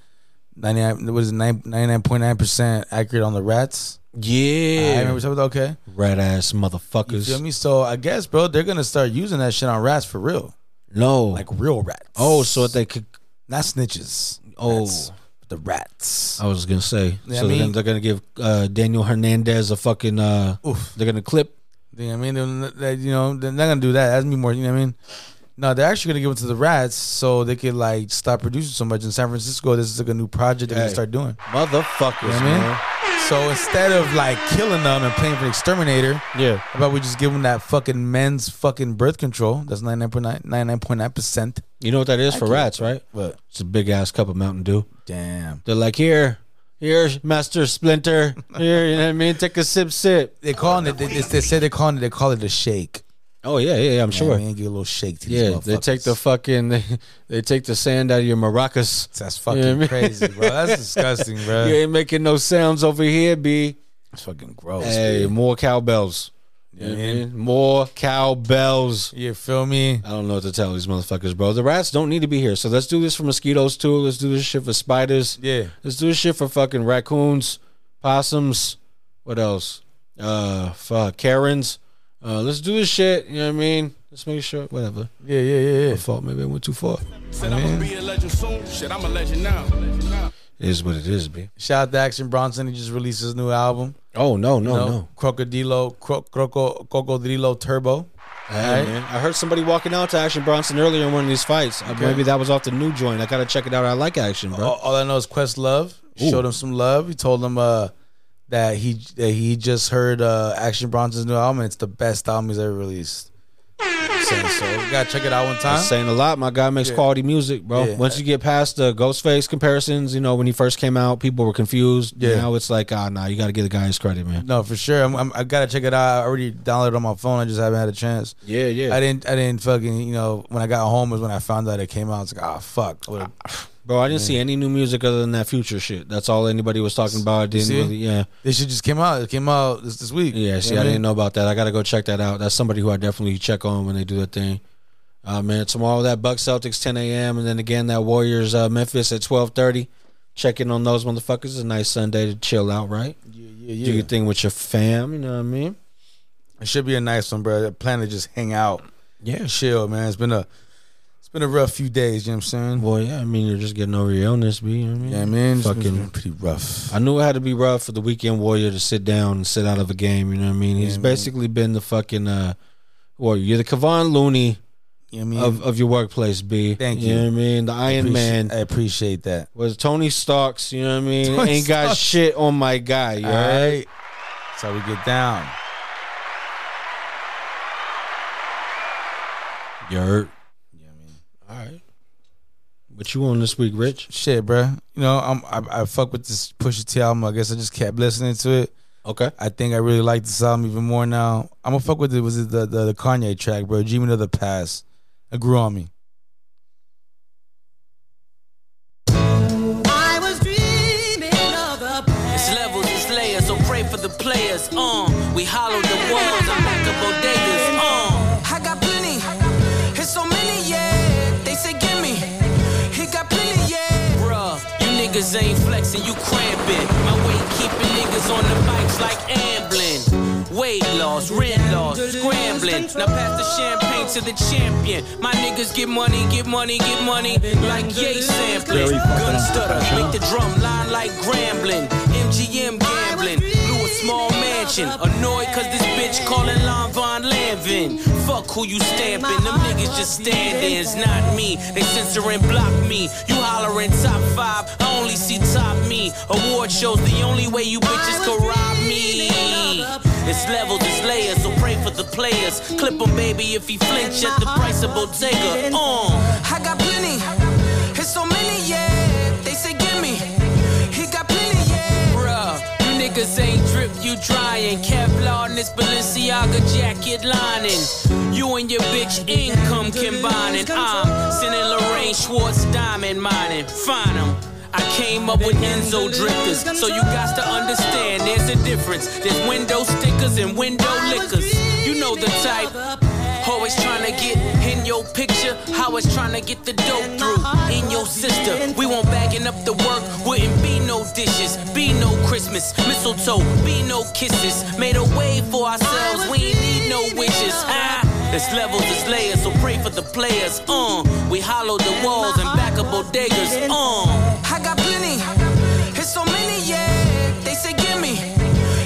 99 what is it 99.9 percent accurate on the rats. Yeah, I remember something. Okay, rat ass motherfuckers. You feel me? So I guess, bro, they're gonna start using that shit on rats for real. No, like real rats. Oh, so if they could, not snitches. Oh, Rats. the rats. I was gonna say. Yeah, I so then mean- they're gonna give uh, Daniel Hernandez a fucking. Uh, They're gonna clip. You know what I mean? They're not- they- you know, they're not gonna do that. That's me more. You know what I mean? No, they're actually gonna give it to the rats so they could like stop producing so much in San Francisco. This is like a new project they're Hey. gonna start doing. Motherfuckers, You know what I mean? man. So instead of like killing them and paying for the exterminator, Yeah. how about we just give them that fucking men's fucking birth control? That's 99.9 percent. You know what that is for rats, right? What? It's a big ass cup of Mountain Dew. Damn. They're like, here, here, Master Splinter. Here, you know what I mean? Take a sip, sip. They calling it. They, they, they say they calling it. They call it a shake. Oh yeah, yeah, yeah I'm You know what sure. I mean? give a little shake to these Yeah, they take the motherfuckers. fucking, they, take the sand out of your maracas. That's You know fucking what I mean? crazy, bro. That's disgusting, bro. You ain't making no sounds over here, b. It's fucking gross. Hey, dude. more cowbells. You know what I mean? More cowbells. you feel me? I don't know what to tell these motherfuckers, bro. The rats don't need to be here. So let's do this for mosquitoes too. Let's do this shit for spiders. Yeah. Let's do this shit for fucking raccoons, possums. What else? Uh, fuck Karens. Uh, let's do this shit. You know what I mean? Let's make sure. Whatever. Yeah, yeah, yeah, yeah. My fault. Maybe I went too far. Said I'ma be a legend soon. Shit, I'm a legend now. It is what it is, b. Shout out to Action Bronson. He just released his new album. Oh no, no, You know, no. Crocodilo, Cro- Croco, Cocodrilo Turbo. Hey, man. I heard somebody walking out to Action Bronson earlier in one of these fights. Uh, Maybe that was off the new joint. I gotta check it out. I like Action, bro. All, all I know is Quest Love Ooh. showed him some love. He told him uh, that he that he just heard uh, Action Bronson's new album. and It's the best album he's ever released. so, so we gotta check it out one time. That's saying a lot. My guy makes quality music, bro. Yeah. Once you get past the Ghostface comparisons, you know when he first came out, people were confused. Yeah. Now it's like, ah, nah, you got to give the guy his credit, man. No, for sure. I'm, I'm, I gotta check it out. I already downloaded it on my phone. I just haven't had a chance. Yeah, yeah. I didn't. I didn't fucking. You know, when I got home was when I found out it came out. I was like, ah, fuck. I would've- bro, I didn't see any new music other than that future shit. That's all anybody was talking about. I didn't see? really, yeah, This shit just came out. It came out this this week. yeah. See, I didn't know about that. I got to go check that out. That's somebody who I definitely check on when they do that thing. Uh, man, tomorrow that Buck Celtics 10 a.m. and then again that Warriors uh, Memphis at 12:30. Check in on those motherfuckers. It's a nice Sunday to chill out, right? Yeah, yeah, Do yeah. your thing with your fam. You know what I mean? It should be a nice one, bro. I plan to just hang out, Yeah, chill, man. It's been a, it's been a rough few days. You know what I'm saying? Well, yeah, I mean, you're just getting over your illness, B. You know what I mean? yeah, I mean, it's been- it's been fucking. pretty rough. I knew it had to be rough for the weekend warrior to sit down and sit out of a game. You know what I mean? He's man. basically been the fucking. uh well, you're the Kevon Looney You know what I mean? of, of your workplace, B. Thank You know you. what I mean? The Iron Appreci- Man I appreciate that. was Tony Starks. You know what I mean? Tony Ain't got Starks. shit on my guy. You All alright? right, that's how we get down. You hurt? Yeah, I mean. All right. What you on this week, Rich? Shit, bro. You know, I'm I, I fuck with this Pusha T album. I guess I just kept listening to it. Okay. I think I really like this album even more now. I'm gonna fuck with it. Was it the the, the Kanye track, bro? Dreaming of the past. It grew on me. I was dreaming of the past. It's levels, it's layers, so pray for the players. Uh, we hollowed the walls, I'm back up bodegas. Uh, I got plenty, it's so many, yeah. They say give me, he got plenty, yeah. Bruh, you niggas ain't flexing, you cramping. My weight keeping niggas on the bikes like ambling. Weight loss, rent loss, scrambling. Now pass the champagne to the champion. My niggas get money, get money, get money. Like Ye sampling. Gun stutter, make the drum line like Grambling. MGM gambling. Blew a small mansion. Annoyed cause this bitch calling Lon Von Lanvin. Fuck who you stamping. Them niggas just stand standins, not me. They censor and block me. You hollering top five. I only see top me. Award shows the only way you bitches could rob me. It's levels, it's layers, so pray for the players. Clip him, baby, if he flinch at the price of Bottega. Uh, I got plenty. It's so many, yeah. They say, give me. He got plenty, yeah. Bruh, you niggas ain't drip, you drying. Kevlar in this Balenciaga jacket lining. You and your bitch income combining. I'm sending Lorraine Schwartz diamond mining. Find 'em. I came up with Enzo drifters, so you got to understand there's a difference. There's window stickers and window liquors. You know the type. Always tryna get in your picture. Always tryna get the dope through in your sister. We won't bagging up the work. Wouldn't Christmas, mistletoe, be no kisses. Made a way for ourselves, we ain't need no wishes. Ah, it's levels, it's layers, so pray for the players. Uh, we hollowed the walls and back up bodegas. Uh, I got plenty. It's so many, yeah. They say give me.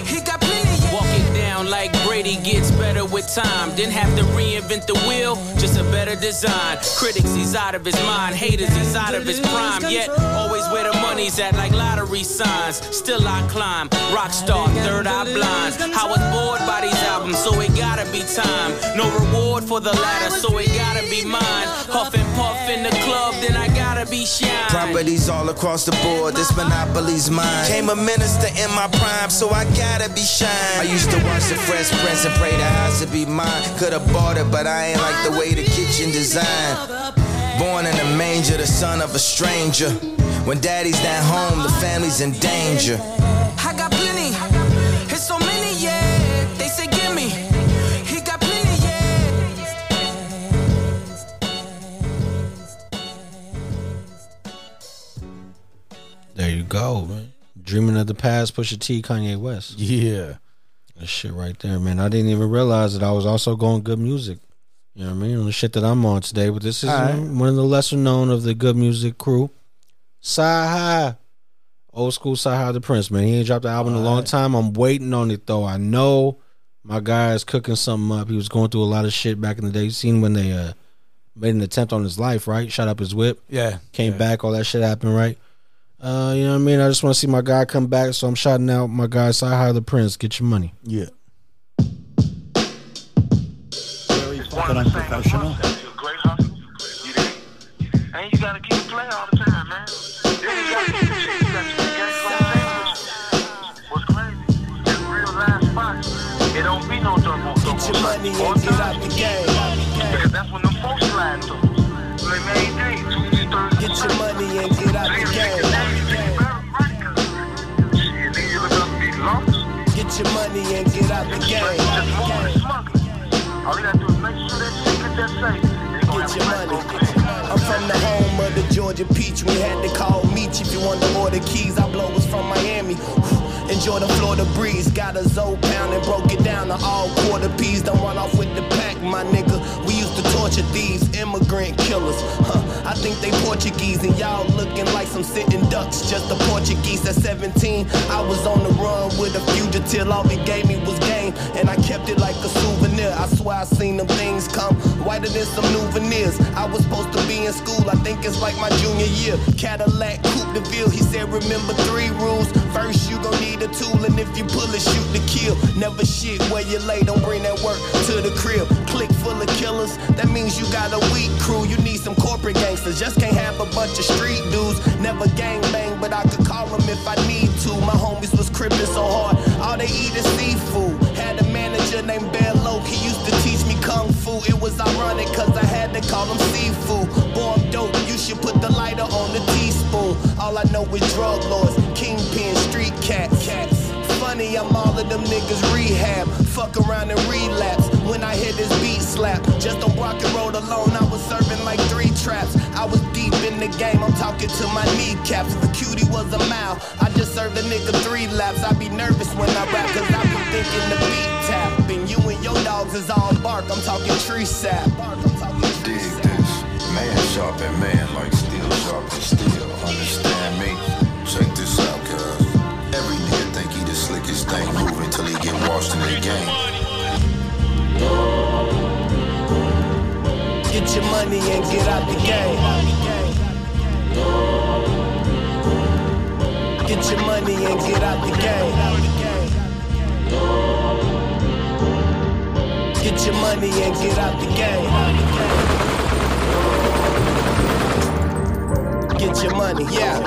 He got plenty. walk it down like Brady gets better with time. Didn't have to reinvent the wheel, just a better design. Critics, he's out of his mind. Haters, he's out of his prime. Yet always where the money's at, like lottery signs. Still I climb, rock star, third eye blind. I was bored by these albums, so it gotta be time. No reward for the latter, so it gotta be mine. Huff and puff in the club, then I gotta be shine. Properties all across the board, this monopoly's mine. Came a minister in my prime, so I gotta be shine. I used to watch the Fresh Prince and pray the house would be mine. Could've bought it, but I ain't like the way the kitchen designed. Born in a manger, the son of a stranger. When daddy's not home, the family's in danger. I got plenty. It's so many, yeah. They say give me. He got plenty, yeah. There you go, man. Dreaming of the past, Pusha T, Kanye West. Yeah. That shit right there, man. I didn't even realize that I was also going good music. You know what I mean? On the shit that I'm on today. But this is All right. one of the lesser known of the good music crew. Saha. Old school Saha the Prince, man. He ain't dropped the album in a long time. I'm waiting on it though. I know my guy is cooking something up. He was going through a lot of shit back in the day. You seen when they uh made an attempt on his life, right? Shot up his whip. Yeah. Came back, all that shit happened, right? Uh, you know what I mean? I just want to see my guy come back, so I'm shouting out my guy Saha the Prince. Get your money. Yeah. Very fucking unprofessional. And you gotta keep playing all the time, man. Yeah, you gotta keep shit. You gotta keep games on the table. What's crazy? That real life spot. It don't be no double double. Get your money and get out the game. Because that's when them folks slide through. Like, man, hey, Tuesday, Thursday, Get your money and get out the game. Shit, nigga, you look up and be lost. Get your money and get out the game. Just walk and smuggle. All you gotta do is make sure that shit gets that safe. Get your money. I'm from the home of the Georgia peach. We had to call Meach if you want to order keys. I blow was from Miami. Enjoy the Florida breeze. Got a Zoe pound and broke it down to all quarter peas. Don't run off with the pack, my nigga. We used to torture thieves, immigrant killers. Huh. I think they Portuguese and y'all looking like some sitting ducks. Just the Portuguese at 17. I was on the run with a fugitive. All he gave me was game, and I kept it like a souvenir. I swear I seen them things come whiter than some new veneers. I was supposed to be in school, I think it's like my junior year. Cadillac Coupe de Ville, he said, remember three rules. First, you gon' need a tool, and if you pull it, shoot to kill. Never shit where you lay, don't bring that work to the crib. Click full of killers, that means you got a weak crew. You need some corporate gangsters, just can't have a bunch of street dudes. Never gang bang, but I could call them if I need to. My homies was crippin' so hard, all they eat is seafood. Had a manager named Bear Loke, he used to teach me kung fu. It was ironic, cause I had to call him seafood. Boy, I'm dope, you should put the lighter on the teaspoon. All I know is drug lords, kingpin, street cats. cats. Funny, I'm all of them niggas rehab. Fuck around and relapse when I hear this beat slap. Just on rock and roll alone, I was serving like three traps. I was deep in the game, I'm talking to my kneecaps. The cutie was a mile, I just served a nigga three laps. I be nervous when I rap, cause I be thinking the beat tap. And you and your dogs is all bark, I'm talking tree sap. Dig this. Man sharpen man like steel sharpen steel. Understand me? Check this out, cuz. Every nigga think he the slickest thing moving till he get washed in the game. Get your money and get out the game. Get your money and get out the game. Get your money and get out the game. Get your money, yeah.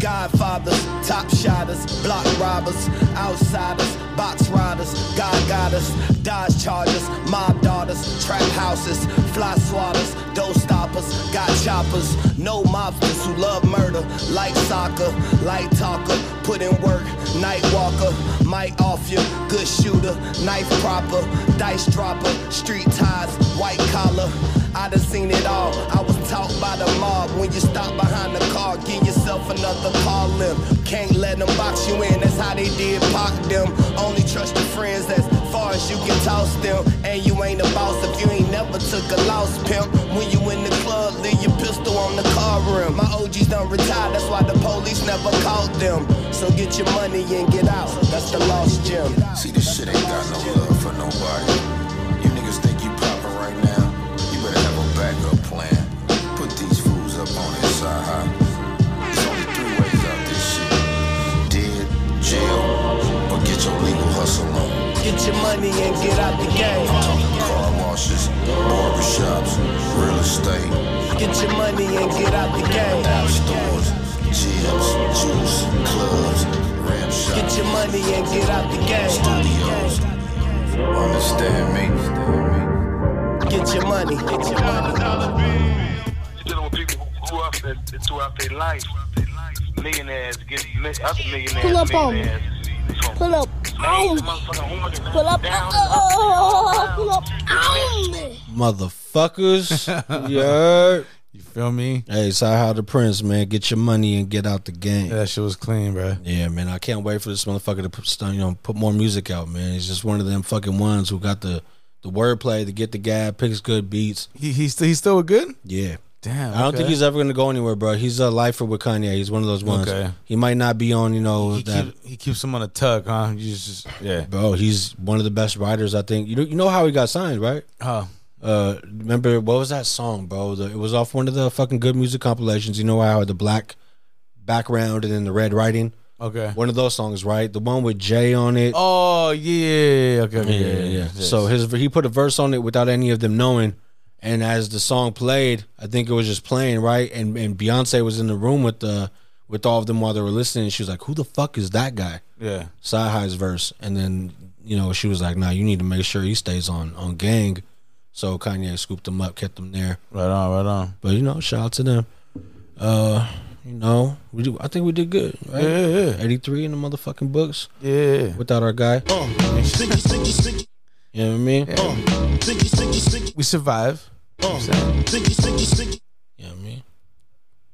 Godfathers, top shotters, block robbers, outsiders, box riders, God goddess, Dodge Chargers, mob daughters, trap houses, fly swatters, dough stoppers, got choppers, no mobsters who love murder, like soccer, light talker, put in work, night walker, might off you, good shooter, knife proper, dice dropper, street ties, white collar. I done seen it all. I was taught by the mob. When when you stop behind the car. Give yourself another car limb. Can't let them box you in, that's how they did pop them. Only trust your friends as far as you can toss them. And you ain't a boss if you ain't never took a loss, pimp. When you in the club, leave your pistol on the car rim. My OGs done retired, that's why the police never caught them. So get your money and get out. That's the lost gem. See, this shit ain't got no love for nobody. You niggas think you poppin' right now? You better have a backup plan. Put these fools up on his side high. There's only three ways out this shit: dead, jail, or get your legal hustle on. Get your money and get out the game. I'm talking car washes, barbershops, real estate, Get your money and get out the game. app stores, gyms, juice, clubs, ram shops. Get your money and get out the game. Studios. Understand me? Get your money. Get your money. Grew up and- throughout their life, millionaires get mi- other millionaires. Pull up on me. millionaires. Pull up Ah. on me. Pull up. Oh, pull up on me. motherfuckers. yeah. You feel me? Hey, so how the prince, man. Get your money and get out the game. Yeah, that shit was clean, bro. Yeah, man. I can't wait for this motherfucker to put, you know put more music out, man. He's just one of them fucking ones who got the the wordplay to get the guy picks good beats. He he's still, he's still good. Yeah. Damn. I don't okay. think he's ever gonna go anywhere, bro. He's a lifer with Kanye. He's one of those ones. Okay. He might not be on, you know, He, that keep, he keeps him on a tuck, huh? You just, yeah. Bro, he's one of the best writers, I think. You know, you know how he got signed, right? Huh. Uh, remember what was that song, bro? The, it was off one of the fucking good music compilations. You know how I had the black background and then the red writing. Okay. One of those songs, right? The one with Jay on it. Oh yeah. Okay. okay, yeah, yeah. So his he put a verse on it without any of them knowing, and as the song played, I think it was just playing right, and and Beyonce was in the room with the with all of them while they were listening. She was like, "Who the fuck is that guy?" Yeah. Sci Hi's verse, and then you know she was like, "Nah, you need to make sure he stays on on Gang." So Kanye scooped him up, kept him there. Right on, right on. But you know, shout out to them. Uh, you know, we do. I think we did good. Right? Yeah, yeah, yeah. Eighty three in the motherfucking books. Yeah. Without our guy. Oh. You know what I mean? We survive. Oh.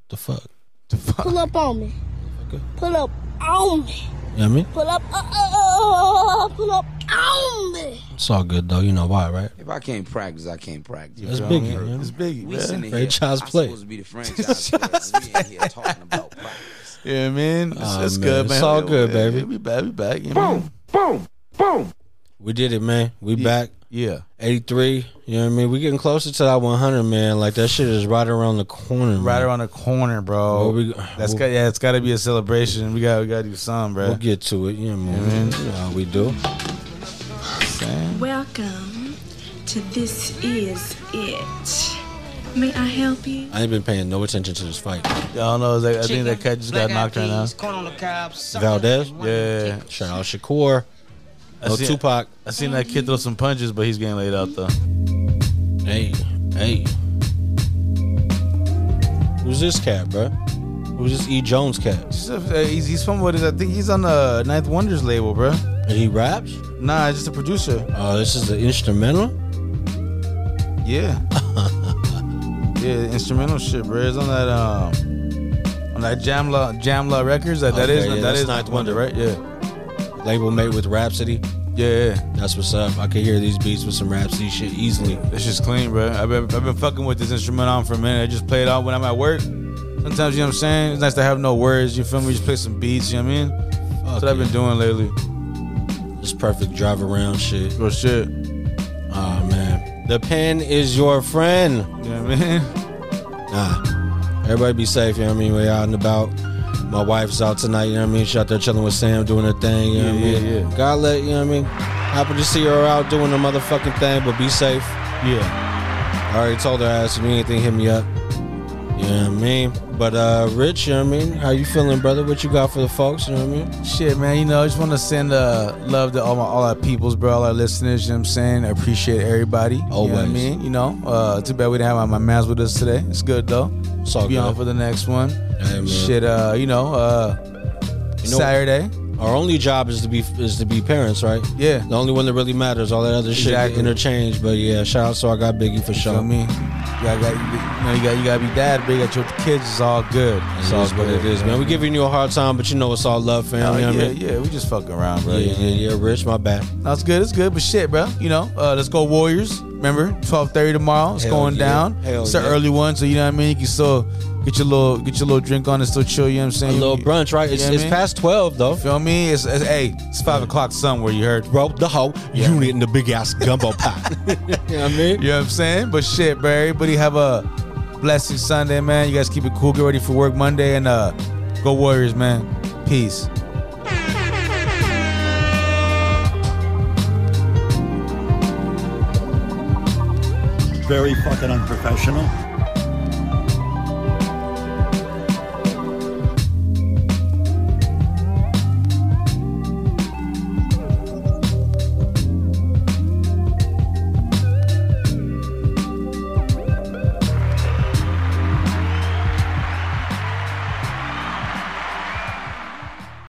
The fuck? Pull up on me. Pull up on me. You know what I mean? Pull up. Oh, pull up on me. It's all good though. You know why, right? If I can't practice, I can't practice. That's big, man. It's big. We man. sitting here. Franchise I'm play. supposed to be the franchise player. We in here talking about practice. Yeah, man. It's, Aw, it's man, good, it's Ah, man. all good, Yeah, baby. We back. We back. You know? Boom, boom, boom. We did it, man. We back. Yeah. 83. You know what I mean? We getting closer to that 100, man. Like that shit is right around the corner. Right man. around the corner, bro. Where we go- That's got yeah. It's got to be a celebration. We got we got to do something, bro. We'll get to it. You know what I mean? You know how we do. Welcome to This Is It. May I help you? I ain't been paying no attention to this fight. Y'all know. Like, I think that cat just got knocked right now. Valdez? Yeah. Shout out Shakur. Oh, No Tupac. I seen that kid throw some punches, but he's getting laid out though. Hey, hey. Who's this cat, bro? Who's this E. Jones cat? He's, a- he's, he's from what is? I think he's on the Ninth Wonders label, bro. And he raps? Nah, just a producer. Oh, this is the instrumental? Yeah. yeah, instrumental shit, bro. It's on that um on that Jamla Jamla Records. That, that Okay, is yeah, that that's is Ninth Ninth Wonder, right? Yeah. Label mate with Rhapsody. Yeah, That's what's up. I could hear these beats with some Rhapsody shit easily. This shit's clean, bro. I've been, I've been fucking with this instrument on for a minute. I just play it out when I'm at work. Sometimes, you know what I'm saying? It's nice to have no words. You feel me? Just play some beats, you know what I mean? That's what I've been doing lately. It's perfect drive around shit. Real shit. Oh man. The pen is your friend. Yeah, man. Nah. Everybody be safe, you know what I mean? We're out and about. My wife's out tonight, you know what I mean? She's out there chilling with Sam, doing her thing, you know what Yeah, I mean? yeah, God let, you know what I mean? Happy to see her out doing her motherfucking thing, but be safe. Yeah. I already told her ass if you need anything, hit me up. You know what I mean? But uh Rich, you know what I mean? How you feeling, brother? What you got for the folks, you know what I mean? Shit, man. You know, I just want to send uh, love to all my all our peoples, bro, all our listeners. You know what I'm saying? I appreciate everybody. You know what I Always. mean? You know, uh, too bad we didn't have my, my mans with us today. It's good, though. It's all Be on good. for the next one. Hey, man. Shit, uh, you know, uh, You know- Saturday. Our only job is to be is to be parents, right? Yeah. The only one that really matters. All that other shit Exactly. interchange. But yeah, shout out. So I got Biggie for You know sure. what I mean? You gotta, gotta- you, know, you gotta, you gotta be dad, but you got your kids. It's all good. It's It all is what good, it is, you know man. We what I giving you a hard time, but you know it's all love, fam. Oh, you know what yeah, I mean? yeah, we just fucking around, bro. Yeah, yeah, yeah. Rich, my bad. That's good. It's good, but shit, bro. You know, uh, let's go Warriors. Remember, twelve thirty tomorrow. It's Hell going yeah. down. Hell it's an yeah. early one, so you know what I mean. You can still get your little get your little drink on and still chill. You know what I'm saying? A little brunch, right? You It's, know what it's I mean? past twelve though. Feel me? It's, it's hey, it's five o'clock somewhere. You heard? Bro, the whole unit in the big ass gumbo pot. you know what I mean? You know what I'm saying? But shit, bro, everybody have a blessed Sunday, man. You guys keep it cool. Get ready for work Monday and uh go Warriors, man. Peace. Very fucking unprofessional.